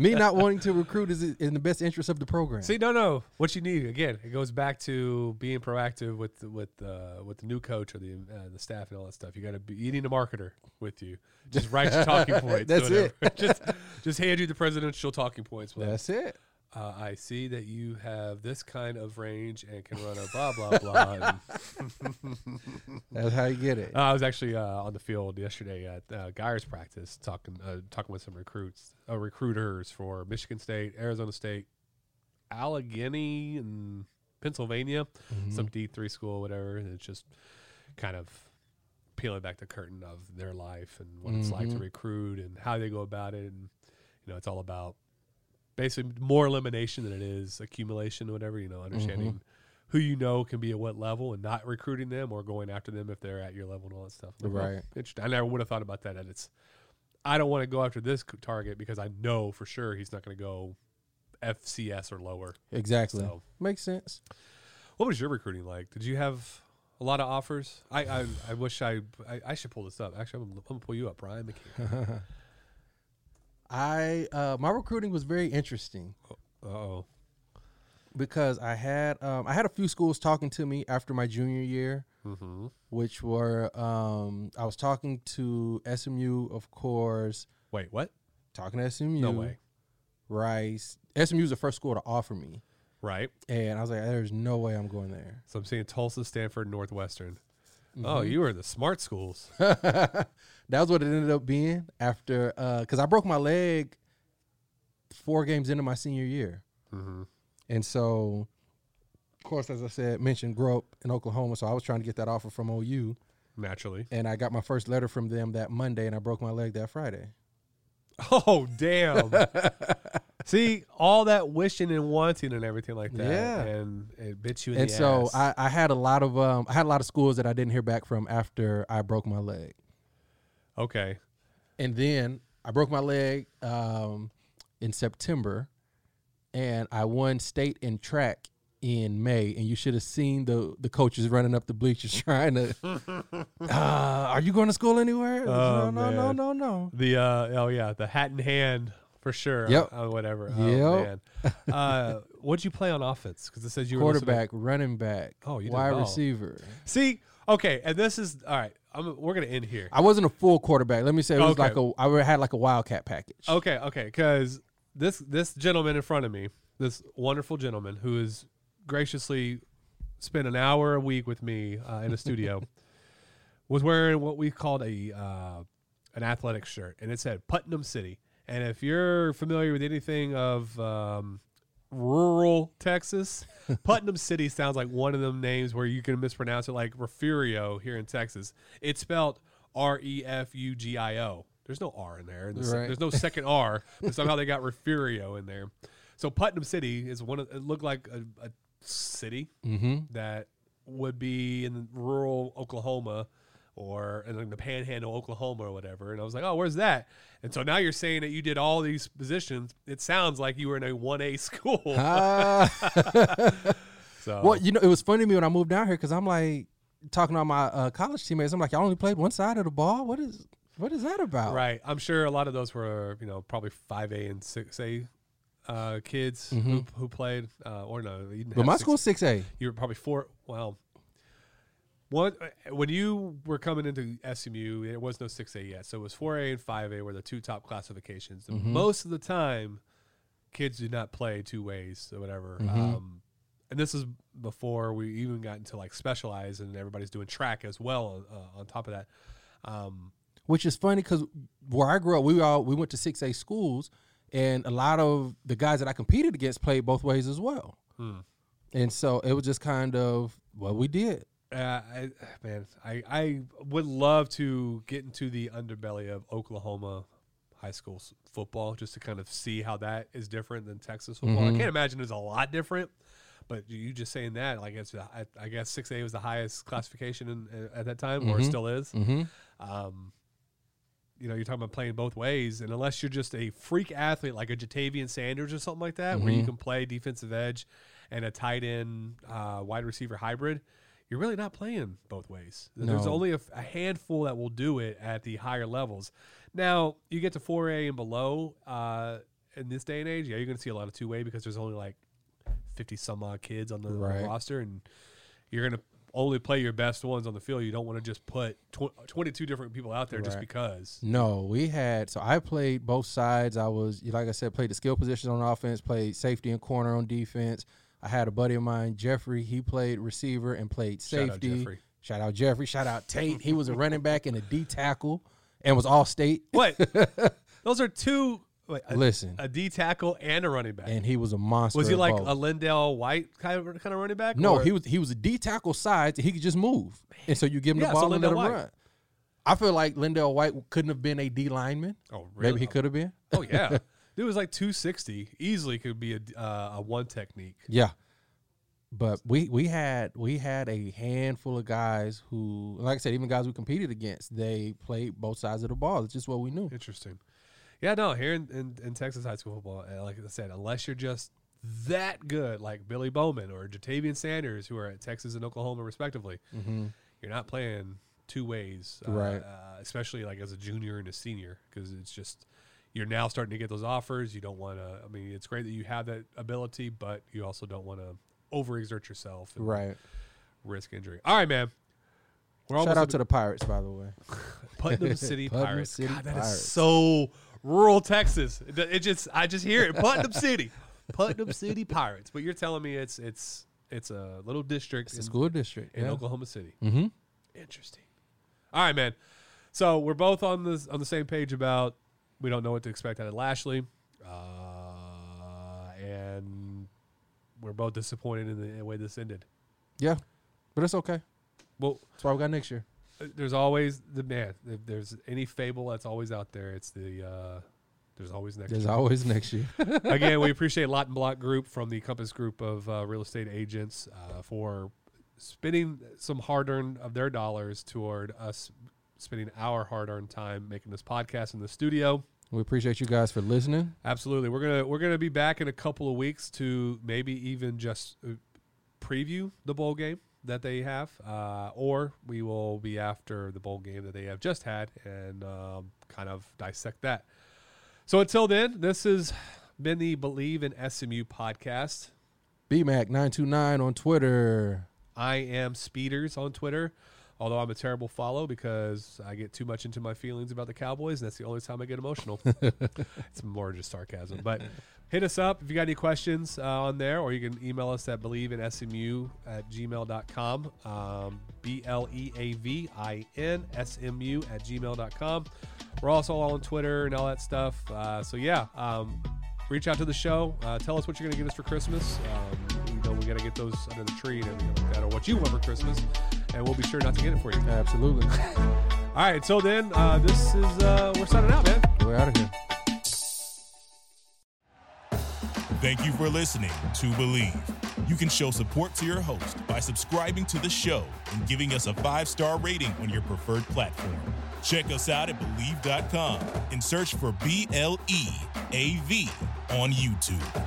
Speaker 2: me not wanting to recruit is in the best interest of the program.
Speaker 3: See, no, no. What you need again, it goes back to being proactive with the- with uh, with the new coach or the uh, the staff and all that stuff. You got to be you need a marketer with you. Just write your
Speaker 2: [LAUGHS]
Speaker 3: talking points.
Speaker 2: That's it.
Speaker 3: whatever. [LAUGHS] just just hand you the presidential talking points. With,
Speaker 2: that's it.
Speaker 3: uh, I see that you have this kind of range and can run a blah blah blah. And,
Speaker 2: That's how you get it.
Speaker 3: Uh, I was actually uh, on the field yesterday at uh, Geyer's practice, talking uh, talking with some recruits, uh, recruiters for Michigan State, Arizona State, Allegheny, and Pennsylvania, some D three school, whatever. And it's just kind of peeling back the curtain of their life and what it's like to recruit and how they go about it, and you know, it's all about basically more elimination than it is accumulation, whatever. You know, understanding who you know can be at what level and not recruiting them or going after them if they're at your level and all that stuff. I'm like, well,
Speaker 2: Right.
Speaker 3: Interesting. I never would have thought about that. And it's, I don't want to go after this c- target because I know for sure he's not going to go FCS or lower.
Speaker 2: exactly.
Speaker 3: so-
Speaker 2: Makes sense.
Speaker 3: What was your recruiting like? Did you have a lot of offers? I I, I wish I, I I should pull this up. Actually, I'm, gonna- I'm going to pull you up, Brian [LAUGHS] McKee.
Speaker 2: I uh, my recruiting was very interesting
Speaker 3: oh.
Speaker 2: because I had um, I had a few schools talking to me after my junior year,
Speaker 3: Mm-hmm.
Speaker 2: which were um, I was talking to SMU, of course,
Speaker 3: Wait, what?
Speaker 2: talking to SMU.
Speaker 3: No way.
Speaker 2: Rice. SMU was the first school to offer me,
Speaker 3: Right.
Speaker 2: and I was like, "There's no way I'm going there."
Speaker 3: So I'm seeing Tulsa, Stanford, Northwestern. Oh,
Speaker 2: Mm-hmm.
Speaker 3: you were the smart schools.
Speaker 2: [LAUGHS] that was what it ended up being after because I broke my leg four games into my senior year, and so of course, as I said, mentioned grew up in Oklahoma, so I was trying to get that offer from OU,
Speaker 3: Naturally. [LAUGHS]
Speaker 2: and I got my first letter from them that Monday, and I broke my leg that Friday.
Speaker 3: Oh
Speaker 2: [LAUGHS]
Speaker 3: damn! See all that wishing and wanting and everything like that,
Speaker 2: Yeah.
Speaker 3: and it bit you in
Speaker 2: And
Speaker 3: the
Speaker 2: so
Speaker 3: ass.
Speaker 2: I, I had a lot of um, I had a lot of schools that I didn't hear back from after I broke my leg.
Speaker 3: okay,
Speaker 2: and then I broke my leg um, in September, and I won state in track in May. And you should have seen the the coaches running up the bleachers [LAUGHS] trying
Speaker 3: [LAUGHS]
Speaker 2: to. uh, are you going to school anywhere?
Speaker 3: Oh,
Speaker 2: no, no, no,
Speaker 3: man.
Speaker 2: no, no.
Speaker 3: the uh, oh yeah, the hat in hand for sure.
Speaker 2: Yep.
Speaker 3: Uh, whatever.
Speaker 2: Yep.
Speaker 3: Oh,
Speaker 2: [LAUGHS]
Speaker 3: man. Uh, what'd you play on offense? Because it says you were listed
Speaker 2: Quarterback,
Speaker 3: at-
Speaker 2: running back,
Speaker 3: Oh, you did
Speaker 2: wide
Speaker 3: well.
Speaker 2: receiver.
Speaker 3: See, okay, and this is all right. I'm, we're gonna end here.
Speaker 2: I wasn't a full quarterback. Let me say it was
Speaker 3: Okay. Oh.
Speaker 2: like a I had like a wildcat package.
Speaker 3: Okay, okay, because this this gentleman in front of me, this wonderful gentleman who is graciously spent an hour a week with me uh, in a studio was wearing what we called a uh, an athletic shirt, and it said Putnam City. And if you're familiar with anything of um, rural Texas, Putnam City sounds like one of them names where you can mispronounce it, like Refugio here in Texas. It's spelled R E F U G I O. There's no R in there. There's,
Speaker 2: Right.
Speaker 3: there's no second R, but somehow they got Refugio in there. So Putnam City is one of it looked like a, a city
Speaker 2: Mm-hmm.
Speaker 3: that would be in rural Oklahoma or in like the panhandle Oklahoma or whatever. And I was like, oh, where's that? And so now you're saying that you did all these positions. It sounds like you were in a [LAUGHS] 1A school. [LAUGHS] So
Speaker 2: well, you know, it was funny to me when I moved down here because I'm like talking to all my uh, college teammates. I'm like, I only played one side of the ball. What is what is that about?
Speaker 3: right. I'm sure a lot of those were, you know, probably 5A and 6A uh, kids who, who played uh, or no. You didn't
Speaker 2: Mm-hmm. But
Speaker 3: have
Speaker 2: my
Speaker 3: six-
Speaker 2: school's six A.
Speaker 3: you were probably four. Well, what when you were coming into SMU, there was no six A yet, so it was four A and five A were the two top classifications. And Most of the time, kids did not play two ways or whatever. Um, and this is before we even got into like specialized, and everybody's doing track as well. Uh, on top of that, um,
Speaker 2: which is funny because where I grew up, we all we went to six A schools, and a lot of the guys that I competed against played both ways as well.
Speaker 3: Hmm.
Speaker 2: And so it was just kind of what we did.
Speaker 3: Uh, I, man, I, I would love to get into the underbelly of Oklahoma high school s- football just to kind of see how that is different than Texas football. I can't imagine it's a lot different, but you just saying that, like it's, the- I, I guess six A was the highest classification in, at that time, or it still is. Um, you know, you're talking about playing both ways, and unless you're just a freak athlete like a Jatavian Sanders or something like that, where
Speaker 2: Mm-hmm.
Speaker 3: you can play defensive edge and a tight end uh, wide receiver hybrid, you're really not playing both ways. There's
Speaker 2: No.
Speaker 3: only a, f- a handful that will do it at the higher levels. Now you get to 4A and below uh, in this day and age, yeah, you're going to see a lot of two way because there's only like 50 some odd kids on the, on the
Speaker 2: Right.
Speaker 3: roster, and you're going to only play your best ones on the field. You don't want to just put tw- 22 different people out there just
Speaker 2: Right.
Speaker 3: because.
Speaker 2: [LAUGHS] No, we had so I played both sides. I was like I said, played the skill positions on offense, played safety and corner on defense. I had a buddy of mine, Jeffrey. He played receiver and played
Speaker 3: Shout out
Speaker 2: safety.
Speaker 3: Jeffrey.
Speaker 2: Shout out Jeffrey. Shout out Tate. He was a running back and a D tackle, and was all state.
Speaker 3: [LAUGHS] What? Those are two. Wait, a,
Speaker 2: Listen,
Speaker 3: a D tackle and a running back.
Speaker 2: and he was a monster.
Speaker 3: was he
Speaker 2: at
Speaker 3: like
Speaker 2: both.
Speaker 3: a Lindell White kind of, kind of running back?
Speaker 2: No,
Speaker 3: or-
Speaker 2: he was he was a D tackle side. He could just move, and so you give him
Speaker 3: Yeah,
Speaker 2: the
Speaker 3: so
Speaker 2: ball and let him
Speaker 3: Lindell White.
Speaker 2: run. I feel like Lindell White couldn't have been a D lineman.
Speaker 3: Oh, really?
Speaker 2: Maybe he could have been. [LAUGHS]
Speaker 3: Oh yeah, dude was like 260. Easily could be a uh, a one technique.
Speaker 2: Yeah, but we we had we had a handful of guys who, like I said, even guys we competed against, they played both sides of the ball. It's just what we knew.
Speaker 3: Interesting. Yeah, no, here in, in, in Texas high school football, uh, like I said, unless you're just that good, like Billy Bowman or Jatavian Sanders, who are at Texas and Oklahoma respectively, you're not playing two ways, uh,
Speaker 2: Mm-hmm. Right.
Speaker 3: Uh, especially like as a junior and a senior, because it's just you're now starting to get those offers. You don't want to. I mean, it's great that you have that ability, but you also don't want to overexert yourself and
Speaker 2: Right.
Speaker 3: risk injury. All right, man. We're
Speaker 2: Shout
Speaker 3: almost
Speaker 2: out
Speaker 3: at
Speaker 2: to the Pirates, by the way. [LAUGHS]
Speaker 3: Putnam City
Speaker 2: Putnam
Speaker 3: Pirates.
Speaker 2: City
Speaker 3: God, that is
Speaker 2: Pirates.
Speaker 3: so rural Texas. It, it just I just hear it. Putnam City, Putnam City Pirates. But you're telling me it's it's it's a little district
Speaker 2: It's a
Speaker 3: in-
Speaker 2: school district.
Speaker 3: in
Speaker 2: yeah.
Speaker 3: Oklahoma City. Mm-hmm. Interesting. All right, man. So we're both on the on the same page about we don't know what to expect out of Lashley, uh, and we're both disappointed in the, in the way this ended.
Speaker 2: Yeah, but it's okay.
Speaker 3: Well,
Speaker 2: That's why we got next year.
Speaker 3: there's always the man. If there's any fable that's always out there, it's the uh, there's always next.
Speaker 2: There's
Speaker 3: year.
Speaker 2: always next year.
Speaker 3: Again, we appreciate Lot and Block Group from the Compass Group of uh, real estate agents uh, for spending some hard-earned of their dollars toward us spending our hard-earned time making this podcast in the studio.
Speaker 2: [LAUGHS] we appreciate you guys for listening.
Speaker 3: Absolutely, we're gonna we're gonna be back in a couple of weeks to maybe even just uh, preview the bowl game that they have, uh, or we will be after the bowl game that they have just had and um, kind of dissect that. So until then, this has been the Believe in SMU podcast.
Speaker 2: BMAC929 on Twitter.
Speaker 3: I am Speeders on Twitter. Although I'm a terrible follow because I get too much into my feelings about the Cowboys, and that's the only time I get emotional. it's more just sarcasm. But hit us up if you got any questions uh, on there, or you can email us at believeinsmu at gmail.com. Um, B L E A V I N S M U at gmail.com. We're also all on Twitter and all that stuff. Uh, so, yeah, um, reach out to the show. Uh, tell us what you're going to give us for Christmas. Um, you know, we got to get those under the tree and everything like that, or what you want for Christmas. And we'll be sure not to get it for you.
Speaker 2: Absolutely.
Speaker 3: All right, until then, uh, this is, uh, we're signing out, man.
Speaker 2: We're out of here.
Speaker 1: Thank you for listening to Believe. You can show support to your host by subscribing to the show and giving us a five star rating on your preferred platform. Check us out at Believe.com and search for B L E A V on YouTube.